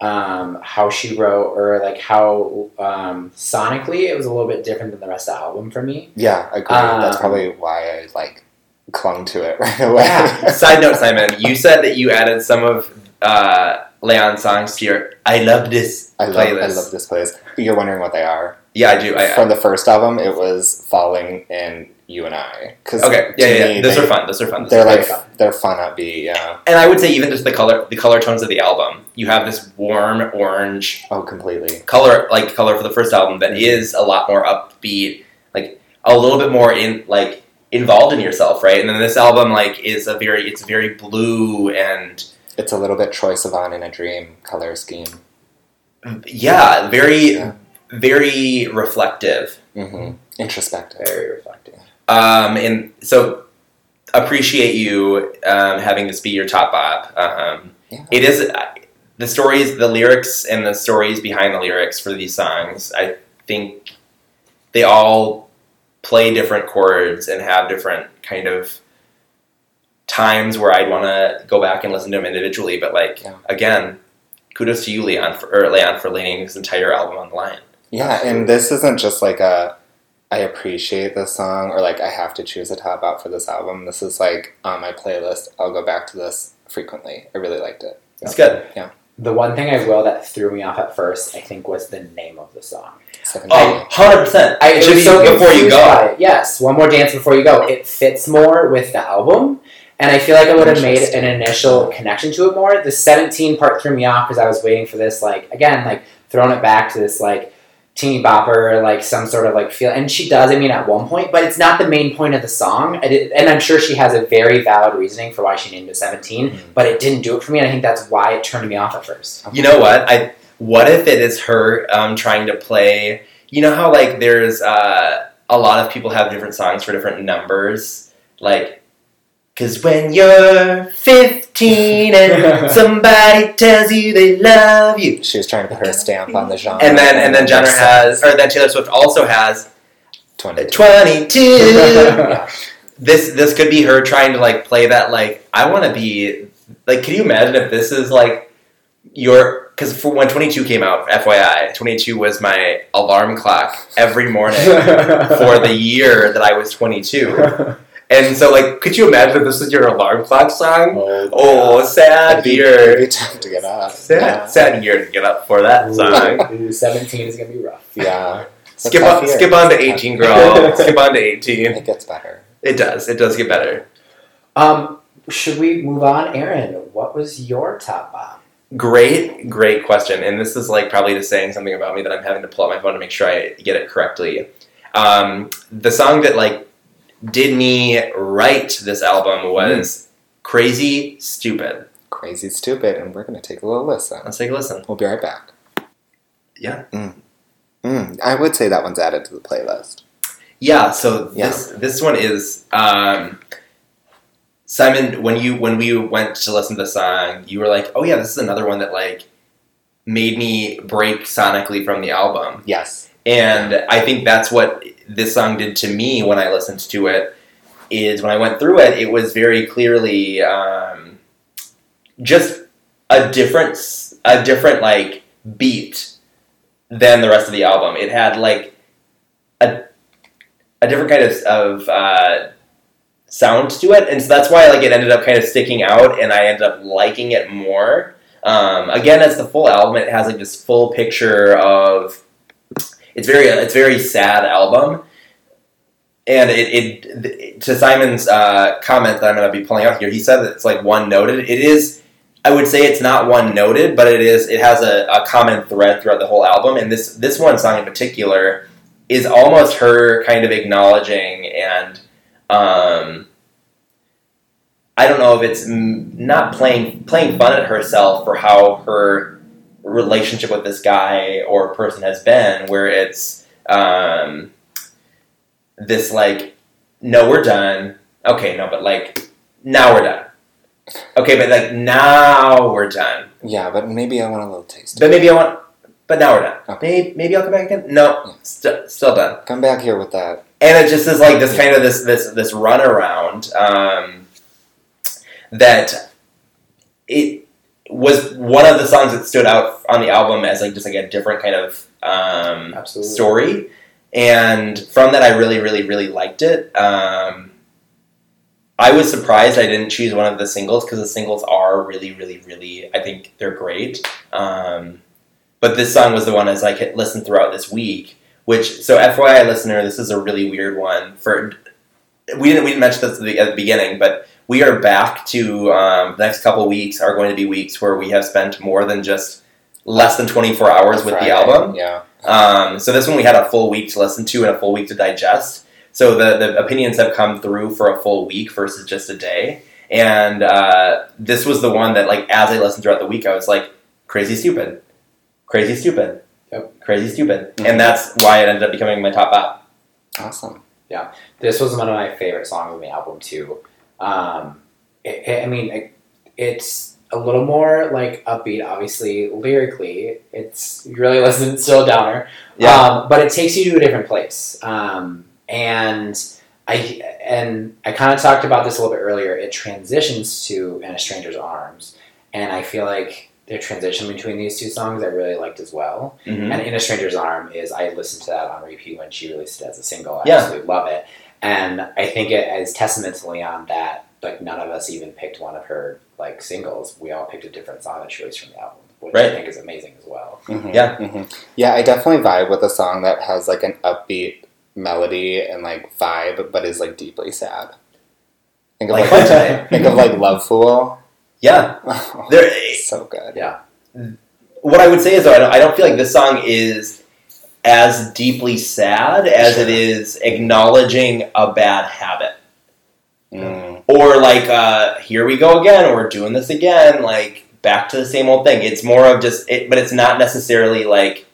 S3: um, how she wrote, or like how um, sonically it was a little bit different than the rest of the album for me.
S1: Yeah, agree. That's
S3: Um,
S1: probably why I like clung to it right away.
S3: Yeah.
S2: Side note, Simon, you said that you added some of uh, Leon's songs to your "I Love This"
S1: I love I
S2: playlist.
S1: love this place. You're wondering what they are.
S2: yeah, I do. I,
S1: From the first album, it was Falling and You and I. 'Cause
S2: okay,
S1: to
S2: yeah, yeah,
S1: me,
S2: yeah. Those
S1: they-
S2: are fun. Those are fun. Those
S1: They're
S2: are
S1: like
S3: very fun.
S1: they're fun upbeat. Yeah.
S2: And I would say even just the color, the color tones of the album. You have this warm orange
S1: Oh, completely.
S2: color, like color for the first album, that is a lot more upbeat, like a little bit more in, like involved in yourself, right? And then this album, like, is a very, it's very blue and
S1: It's a little bit Troy Sivan in a dream color scheme. Mm-hmm.
S2: yeah, very,
S1: Yeah.
S2: very reflective. Mm-hmm.
S1: hmm Introspective.
S3: Very reflective.
S2: Um, and so appreciate you um, having this be your top op. Um,
S1: Yeah.
S2: It is I- the stories, the lyrics, and the stories behind the lyrics for these songs. I think they all play different chords and have different kind of times where I'd want to go back and listen to them individually. But like
S1: Yeah.
S2: again, kudos to you, Leon, for, or Leon, for leaning this entire album on the line.
S1: Yeah, and this isn't just like a I appreciate this song or like I have to choose a top out for this album. This is like on my playlist. I'll go back to this frequently. I really liked it.
S2: It's good.
S3: The one thing I will that threw me off at first, I think, was the name of the song.
S1: Seven
S2: Oh, 100%.
S3: I
S2: it should
S3: was
S2: be
S3: so
S2: before you
S3: confused
S2: go.
S3: by it. Yes, one more dance before you go. It fits more with the album, and I feel like I would have made an initial connection to it more. The seventeen part threw me off because I was waiting for this, like again, like throwing it back to this like teeny bopper, like some sort of like feel. And she does, I mean, at one point, but it's not the main point of the song. I did- and I'm sure she has a very valid reasoning for why she named it seventeen,
S1: Mhm.
S3: but it didn't do it for me, and I think that's why it turned me off at first.
S2: Mm-hmm. You know what? I what if it is her um, trying to play? You know how like there's uh, a lot of people have different songs for different numbers. Like, because when you're 15 and somebody tells you they love you.
S1: She was trying to put her stamp on the genre.
S2: And then, and then genre
S1: There's
S2: has, or then Taylor Swift also has
S1: 20.
S2: 22.
S1: Yeah.
S2: this this could be her trying to like play that like I want to be like. Can you imagine if this is like your because for when Twenty Two came out, FYI, Twenty Two was my alarm clock every morning for the year that I was twenty two. And so like, could you imagine if this was your alarm clock song? Oh, sad
S1: It'd be- it'd
S2: year,
S1: be tough to get up.
S2: sad, sad year to get up for that song.
S3: Ooh, 17 is going to be rough.
S1: Yeah. yeah. It's a
S2: Skip
S1: tough
S2: on,
S1: year.
S2: skip on to eighteen, girl. skip on to eighteen.
S1: It gets better.
S2: It does. It does get better.
S3: Um, should we move on, Aaron? What was your top bomb?
S2: Great, great question. And this is like probably just saying something about me that I'm having to pull out my phone to make sure I get it correctly. Um, the song that like did me right this album was Crazy Stupid.
S1: Crazy stupid, and we're gonna take a little listen.
S2: Let's take a listen.
S1: We'll be right back.
S2: Yeah.
S1: Mm. Mm. I would say that one's added to the playlist.
S2: Yeah, so
S1: Yeah.
S2: this this one is um, Simon, when you when we went to listen to the song, you were like, Oh yeah, this is another one that like made me break sonically from the album.
S1: Yes.
S2: And I think that's what this song did to me when I listened to it. Is when I went through it, it was very clearly um, just a different, s- a different like beat than the rest of the album. It had like a a different kind of of uh, sound to it, and so that's why like it ended up kind of sticking out, and I ended up liking it more. Um, again, as the full album, it has like this full picture of it's very uh, it's a very sad album and it, it, th- to simon's uh, comment that i'm going to be pulling out here he said that it's like one noted it is i would say it's not one noted but it is it has a, a common thread throughout the whole album and this this one song in particular is almost her kind of acknowledging and um, i don't know if it's mm, not playing playing fun at herself for how her relationship with this guy or person has been, where it's um, this like, no, we're done. Okay, no, but like, now we're done. Okay, but like, now we're done.
S1: Yeah, but maybe I want a little taste.
S2: But maybe I want, but now we're done.
S1: Okay.
S2: Maybe, maybe I'll come back again. No, st- still done
S1: Come back here with that.
S2: and it just is like this kind of this this this runaround um, that it was one of the songs that stood out on the album as like just like a different kind of um,
S3: Absolutely.
S2: story and from that i really really really liked it um, i was surprised i didn't choose one of the singles because the singles are really really really i think they're great um, but this song was the one as i could listen throughout this week which so fyi listener this is a really weird one for we didn't we didn't mention this at the, at the beginning but we are back to um, the next couple weeks are going to be weeks where we have spent more than just less than 24 hours with
S1: Friday.
S2: the album
S1: Yeah.
S2: um, so this one we had a full week to listen to and a full week to digest. So the, the opinions have come through for a full week versus just a day. And uh, this was the one that, like, as I listened throughout the week, I was like, crazy stupid, crazy stupid,
S3: Yep.
S2: crazy stupid.
S1: Mhm.
S2: And that's why it ended up becoming my top app.
S1: Awesome.
S3: This was one of my favorite songs on the album too. Um, it, it- I mean, it, it's a little more like upbeat, obviously lyrically. It's you really listen it's still a downer,
S2: Yeah.
S3: um, but it takes you to a different place. Um, and I and I kind of talked about this a little bit earlier. It transitions to "In a Stranger's Arms," and I feel like the transition between these two songs I really liked as well.
S2: Mhm.
S3: And In a Stranger's Arm is I listened to that on repeat when she released it as a single. I
S2: Yeah.
S3: absolutely love it. And I think it is testament to Leon that like none of us even picked one of her like singles. We all picked a different song that she released from the album, which
S2: Right.
S3: I think is amazing as well.
S1: Mhm,
S2: Yeah.
S1: mhm. Yeah, I definitely vibe with a song that has like an upbeat melody and like vibe, but is like deeply sad. Think of
S2: Like
S1: like,
S2: what today?
S1: think of like Love Fool.
S2: Yeah.
S1: Oh,
S2: There,
S1: so good.
S2: what I would say is though I don't, I don't feel like this song is as deeply sad as it is acknowledging a bad habit.
S1: Mm.
S2: or like uh here we go again we're doing this again like back to the same old thing it's more of just it but it's not necessarily like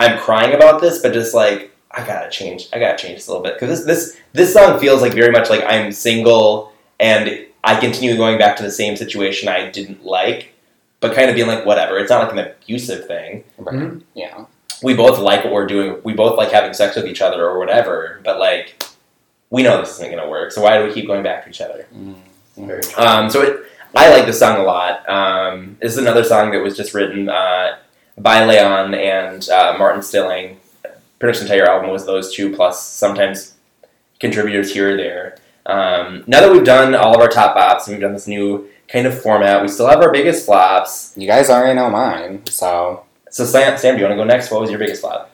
S2: i'm crying about this but just like I gotta change. I gotta change this a little bit because this this this song feels like very much like I'm single and I continue going back to the same situation I didn't like, but kind of being like whatever. It's not like an abusive thing.
S1: Right.
S3: Mhm.
S1: Yeah.
S2: We both like what we're doing. We both like having sex with each other or whatever. But like, we know this isn't gonna work. So why do we keep going back to each other?
S3: Very
S2: Um, so it, I like this song a lot. Um, this is another song that was just written uh, by Leon and uh, Martin Stilling. Pretty much the entire album was those two, plus sometimes contributors here or there. Um, now that we've done all of our top bops and we've done this new kind of format, we still have our biggest flops.
S1: You guys already know mine, so
S2: So Sam, Sam do you want to go next? What was your biggest flop?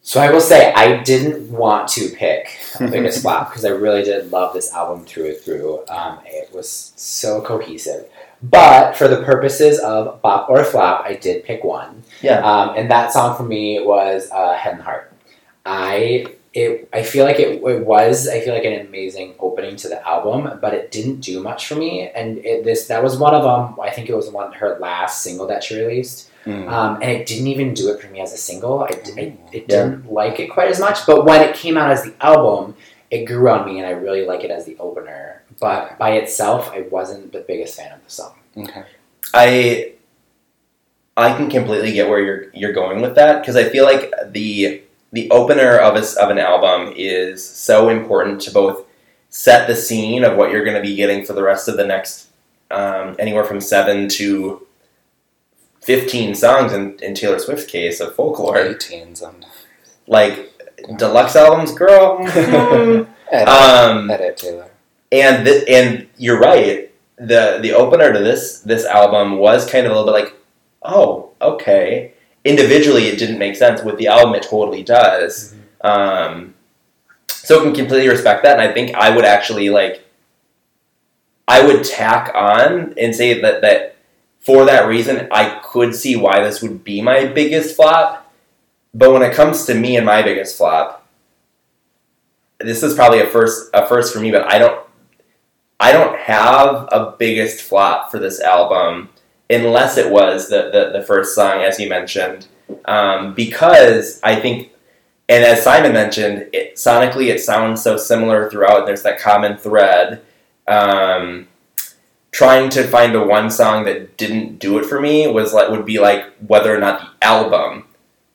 S3: So I will say I didn't want to pick a biggest flop because I really did love this album through and through. Um, it was so cohesive. But for the purposes of bop or flop, I did pick one.
S2: Yeah.
S3: Um, and that song for me was uh, Head and Heart. I it I feel like it, it was I feel like an amazing opening to the album, but it didn't do much for me. And it, this that was one of them. I think it was one her last single that she released.
S1: mm,
S2: Uh,
S3: Um, and it didn't even do it for me as a single. I, d- I- it
S2: Yeah.
S3: didn't like it quite as much. But when it came out as the album, it grew on me, and I really like it as the opener. But by itself, I wasn't the biggest fan of the song.
S1: okay.
S2: I I can completely get where you're you're going with that because I feel like the the opener of a s of an album is so important to both set the scene of what you're going to be getting for the rest of the next um, anywhere from seven to fifteen songs in, in Taylor Swift's case of folklore.
S1: 18 sometimes.
S2: Like deluxe albums, girl.
S3: Mm-hmm.
S2: mm.
S1: Edit,
S2: um,
S1: edit, Taylor.
S2: and th- and you're right. The the opener to this this album was kind of a little bit like, oh, okay. Individually, it didn't make sense. With the album, it totally does. Um, so I can completely respect that, and I think I would actually like. I would tack on and say that that for that reason, I could see why this would be my biggest flop. But when it comes to me and my biggest flop, this is probably a first a first for me. But I don't I don't have a biggest flop for this album unless it was the the, the first song as you mentioned, um, because I think. And as Simon mentioned, it, sonically it sounds so similar throughout. There's that common thread. Um, trying to find a one song that didn't do it for me was like would be like whether or not the album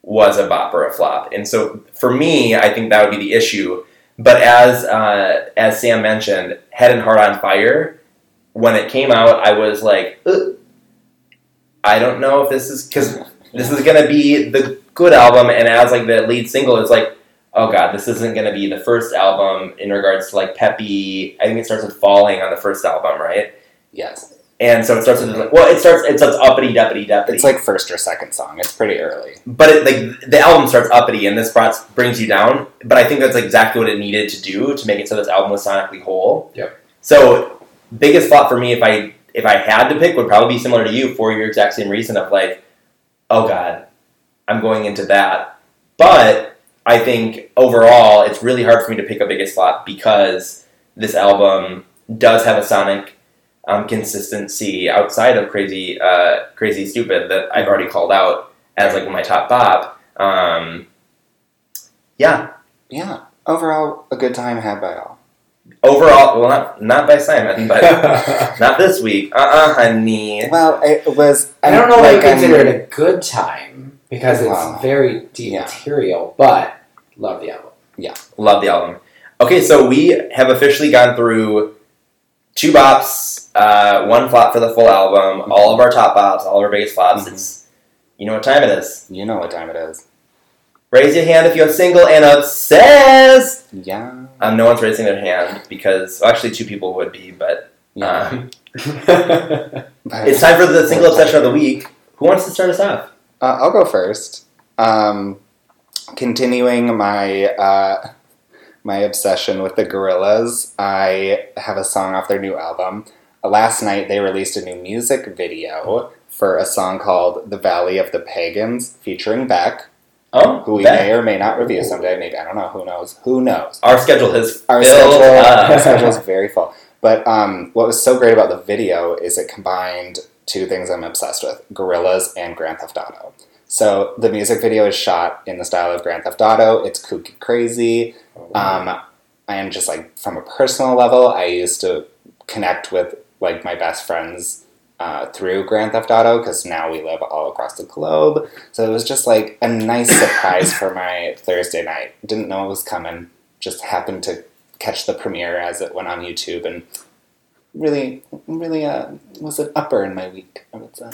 S2: was a bop or a flop. And so for me, I think that would be the issue. But as uh, as Sam mentioned, Head and Heart on Fire, when it came out, I was like, "Ugh, I don't know if this is because this is gonna be the good album. And as like the lead single is like, oh god, this isn't gonna be the first album in regards to like peppy. I think it starts with Falling on the first album, right?
S1: Yes.
S2: And so it starts with like, well, it starts it starts uppity deputy deputy.
S1: It's like first or second song. It's pretty early.
S2: but it, like the album starts uppity, and this brought, brings you down. But I think that's exactly what it needed to do to make it so this album was sonically whole.
S3: Yep.
S2: So biggest flop for me, if I if I had to pick, would probably be similar to you for your exact same reason of like, oh god, I'm going into that. But I think overall, it's really hard for me to pick a biggest flop because this album does have a sonic um, consistency outside of crazy, uh, crazy stupid that I've already called out as like my top bop. Um, yeah,
S1: Yeah. Overall, a good time had by all.
S2: overall, well, not not by Simon, but not this week. Uh uh honey.
S1: Well, it was.
S3: I don't know
S1: like,
S3: what you consider
S1: I'm-
S3: it a good time because it's
S1: Wow.
S3: very deep
S1: Yeah.
S3: material, but love the album.
S2: Love the album. Okay, so we have officially gone through two bops, uh, one flop for the full album, all of our top bops, all of our biggest flops.
S1: Mhm.
S2: It's you know what time it is.
S1: You know what time it is.
S2: Raise your hand if you're single and obsessed.
S1: Yeah.
S2: Um, no one's raising their hand because well, actually two people would be, but
S3: Uh,
S1: Yeah.
S2: um,
S1: But-
S2: it's time for the single obsession of the week. Who wants to start us off?
S1: Uh, I'll go first. Um, continuing my uh, my obsession with the Gorillas, I have a song off their new album. Last night, they released a new music video for a song called "The Valley of the Pagans" featuring Beck,
S2: Oh,
S1: who we
S2: Beth.
S1: may or may not review someday. Maybe I don't know. Who knows? Who knows?
S2: Our schedule has
S1: our
S2: filled
S1: schedule, our
S2: up.
S1: schedule is very full. But um, what was so great about the video is it combined two things I'm obsessed with: gorillas and Grand Theft Auto. So the music video is shot in the style of Grand Theft Auto. It's kooky crazy. Um, I am just like from a personal level, I used to connect with like my best friends uh, through Grand Theft Auto because now we live all across the globe. So it was just like a nice surprise for my Thursday night. Didn't know it was coming. Just happened to catch the premiere as it went on YouTube and really, really uh, was an upper in my week. I would say.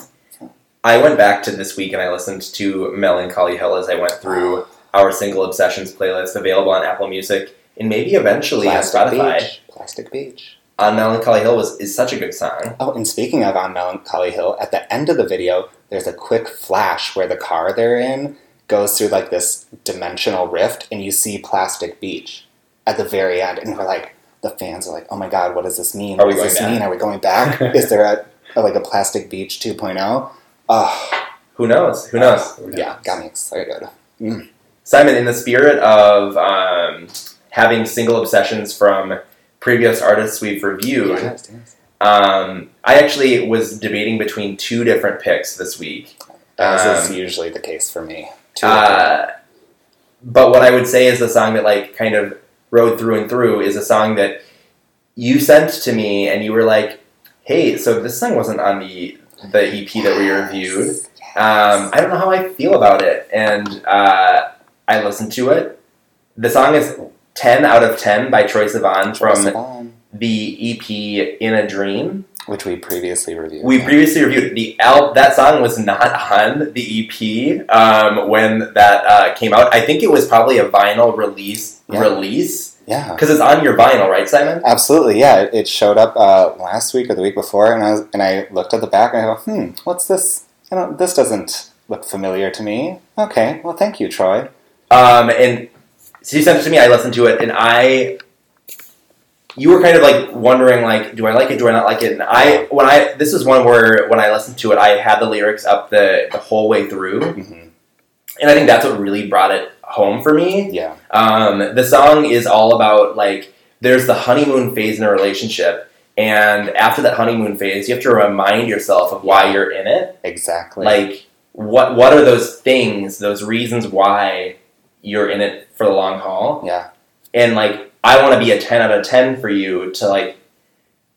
S2: I went back to this week and I listened to Melancholy Hill as I went through our single obsessions playlist available on Apple Music and maybe eventually on
S1: Plastic
S2: Spotify.
S1: Beach. Plastic Beach.
S2: On Melancholy Hill was is such a good song.
S1: Oh, and speaking of on Melancholy Hill, at the end of the video, there's a quick flash where the car they're in goes through like this dimensional rift, and you see Plastic Beach at the very end, and we're like, the fans are like, oh my god, what does this mean?
S2: Are
S1: what
S2: we
S1: does this
S2: going back?"
S1: mean? Are we going back? Is there a, a- like a Plastic Beach 2.0? Oh,
S2: Who knows? Who knows?
S1: yeah, got me excited.
S2: Simon, in the spirit of um, having single obsessions from previous artists we've reviewed,
S1: Yes, yes.
S2: um, I actually was debating between two different picks this week.
S1: As
S2: Um,
S1: is usually the case for me. Two
S2: Uh, but what I would say is the song that like kind of rode through and through is a song that you sent to me and you were like, "Hey, so this song wasn't on the the EP that we reviewed. Um, I don't know how I feel about it." And uh, I listened to it. The song is ten out of ten by Troy Sivan from
S1: from
S2: the EP "In a Dream."
S1: which we previously reviewed.
S2: We previously reviewed the al- that song was not on the EP um, when that uh, came out. I think it was probably a vinyl release
S1: Yeah.
S2: release
S1: yeah.
S2: because it's on your vinyl, right, Simon?
S1: Absolutely, yeah. It, it showed up uh, last week or the week before, and I was, and I looked at the back and I go, hmm, what's this? I don't, this doesn't look familiar to me. Okay, well, thank you, Troy.
S2: Um, and so you sent it to me. I listened to it, and I you were kind of like wondering like, do I like it? Do I not like it? And I when I this is one where when I listened to it, I had the lyrics up the, the whole way through,
S1: hmm
S2: and I think that's what really brought it home for me.
S1: Yeah,
S2: Um, the song is all about like there's the honeymoon phase in a relationship, and after that honeymoon phase, you have to remind yourself of why you're in it.
S1: exactly.
S2: Like what what are those things, those reasons why you're in it for the long haul?
S1: yeah,
S2: And like I want to be a ten out of ten for you to like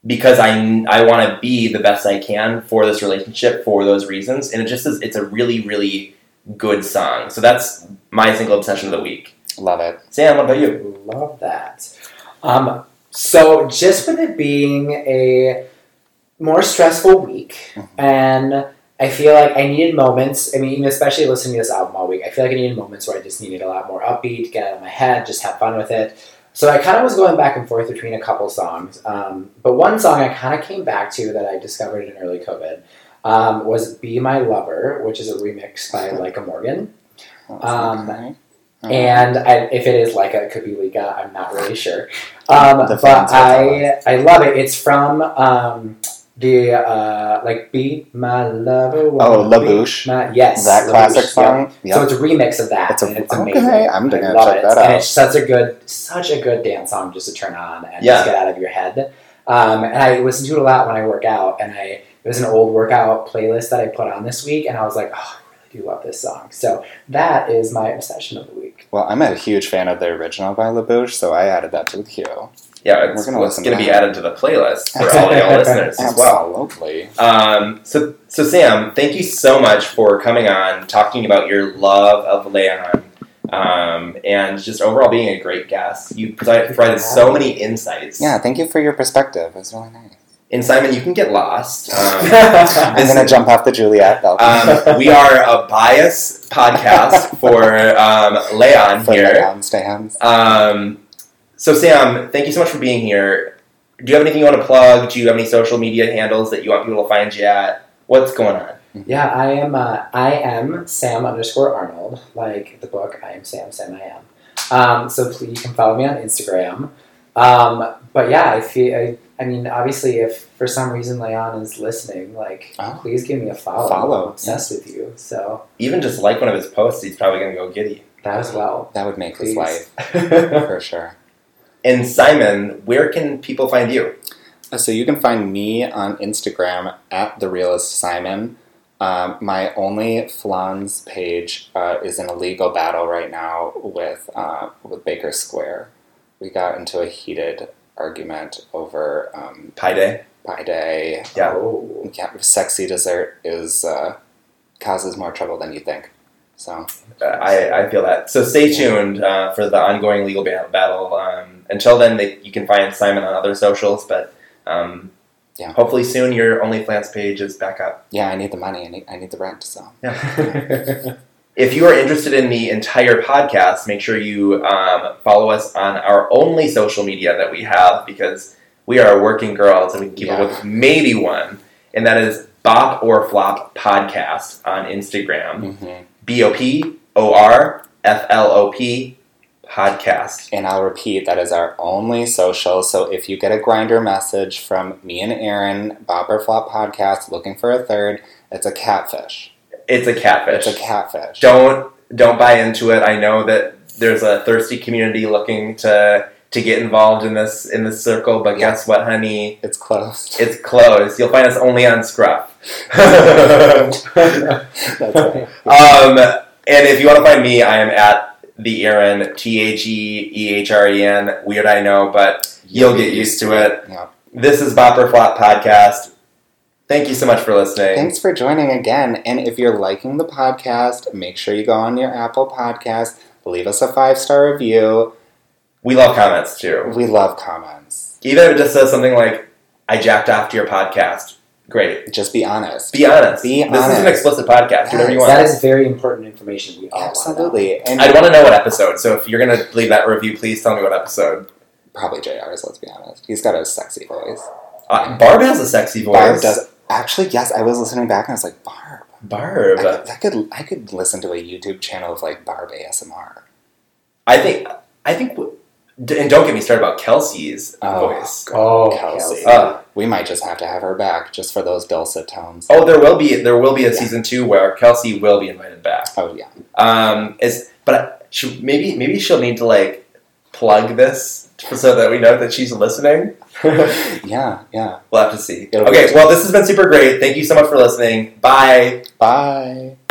S2: because I I want to be the best I can for this relationship for those reasons, and it just is it's a really really good song. So that's my single obsession of the week.
S1: love it.
S2: Sam, what about you?
S3: Love that. Um, so just with it being a more stressful week,
S1: Mhm.
S3: and I feel like I needed moments. I mean, even especially listening to this album all week, I feel like I needed moments where I just needed a lot more upbeat, get out of my head, just have fun with it. So I kind of was going back and forth between a couple songs, um, but one song I kind of came back to that I discovered in early COVID um, was "Be My Lover," which is a remix by Leica Morgan.
S1: That was
S3: Um,
S1: okay. Um,
S3: And I, if it is like a it could be Lika, I'm not really sure. Um,
S1: The
S3: but
S1: fans will
S3: I I love it. It's from um, the uh, like be my lover. wanna
S1: oh,
S3: be
S1: LaBouche,
S3: My, yes,
S1: that
S3: LaBouche,
S1: classic
S3: yeah.
S1: song. Yeah.
S3: So it's a remix of that.
S1: It's a-
S3: and it's
S1: okay,
S3: amazing.
S1: I'm gonna
S3: I love
S1: check
S3: it.
S1: that
S3: And
S1: out.
S3: it's such a good, such a good dance song just to turn on and
S2: Yeah.
S3: just get out of your head. Um, and I listen to it a lot when I work out, and I it was an old workout playlist that I put on this week, and I was like, oh, I really do love this song. So that is my obsession of the week.
S1: well, I'm a huge fan of the original by LaBouche, so I added that to the queue.
S2: Yeah, it's
S1: We're gonna
S2: going
S1: listen
S2: to
S1: to
S2: be
S1: that.
S2: added to the playlist for all y'all listeners as well.
S1: Absolutely.
S2: Um, so, so Sam, thank you so much for coming on, talking about your love of Leon, um, and just overall being a great guest. You provided, provided so many insights.
S1: Yeah, thank you for your perspective. It was really nice.
S2: And Simon, you can get lost. Um,
S1: I'm
S2: This
S1: gonna
S2: is-
S1: jump off the Juliet balcony.
S2: um, we are a bias podcast for um, Leon
S1: for
S2: here.
S1: the Amsterdams.
S2: Um, so Sam, thank you so much for being here. Do you have anything you want to plug? Do you have any social media handles that you want people to find you at? What's going on?
S3: Yeah, I am. Uh, I am Sam underscore Arnold, like the book. I am Sam. Sam, I am. Um, so please, you can follow me on Instagram. Um, but yeah, I feel. I, I mean, obviously, if for some reason Leon is listening, like,
S1: Oh.
S3: please give me a follow.
S1: Follow,
S3: I'm obsessed with you. So
S2: Even just like one of his posts, he's probably going to go giddy.
S3: that as well.
S1: That would make
S3: Please.
S1: his life for sure.
S2: And Simon, where can people find you?
S1: Uh, So you can find me on Instagram at the realist Simon. Um, my only flans page uh, is in a legal battle right now with uh, with Baker Square. We got into a heated argument over um,
S2: Pie Day.
S1: Pie Day.
S2: Yeah.
S3: Oh.
S1: Yeah, sexy dessert is uh, causes more trouble than you think. So
S2: Uh, I, I feel that. So stay tuned uh, for the ongoing legal ba- battle. Um, until then, they, you can find Simon on other socials, but um,
S1: Yeah.
S2: hopefully soon your OnlyFans page is back up.
S1: yeah, I need the money. I need, I need the rent. So
S2: Yeah. if you are interested in the entire podcast, make sure you um, follow us on our only social media that we have because we are working girls and we can keep
S1: Yeah.
S2: up with maybe one, and that is Bop or Flop Podcast on Instagram.
S1: Mhm.
S2: B O P O R F L O P Podcast.
S1: and I'll repeat that is our only social. So if you get a grinder message from me and Aaron, Bob or Flop podcast, looking for a third, it's a catfish.
S2: It's a catfish.
S1: It's a catfish.
S2: don't don't buy into it. I know that there's a thirsty community looking to to get involved in this in this circle, but
S1: Yeah.
S2: guess what, honey?
S1: It's closed.
S2: It's closed. You'll find us only on Scruff.
S1: That's right.
S2: Um, and if you want to find me, I am at the Aaron T H E E H R E N. Weird, I know, but you'll get used to it.
S1: Yeah.
S2: This is Bopper Flop Podcast. Thank you so much for listening.
S1: Thanks for joining again. And if you're liking the podcast, make sure you go on your Apple Podcast, leave us a five star review.
S2: We love comments too.
S1: We love comments.
S2: Even if it just says something like "I jacked off to your podcast," great.
S1: Just be honest.
S2: Be honest.
S1: Be
S2: This is an
S1: honest.
S2: explicit podcast. Do whatever you
S1: Yes.
S2: want.
S3: That is very important information. We all wanna know.
S1: Absolutely. And
S2: I'd want to know what episode. So if you're gonna leave that review, please tell me what episode.
S1: probably JR's, let's be honest. He's got a sexy voice.
S2: Uh, Barb has a sexy voice.
S1: Barb does actually yes, I was listening back and I was like, Barb. I
S2: Barb.
S1: could, I could I could listen to a YouTube channel of like Barb ASMR.
S2: I think I think d- and don't get me started about Kelsey's
S1: Oh.
S2: voice.
S3: Oh,
S1: Kelsey.
S3: Kelsey.
S2: Uh,
S1: We might just have to have her back just for those dulcet tones.
S2: oh, there will be there will be a
S1: Yeah.
S2: season two where Kelsey will be invited back.
S1: Oh yeah.
S2: Um, is but she, maybe maybe she'll need to like plug this so that we know that she's listening. we'll
S1: Yeah, yeah.
S2: have to see.
S1: It'll be
S2: okay, well, this has been super great. Thank you so much for listening. Bye.
S1: Bye.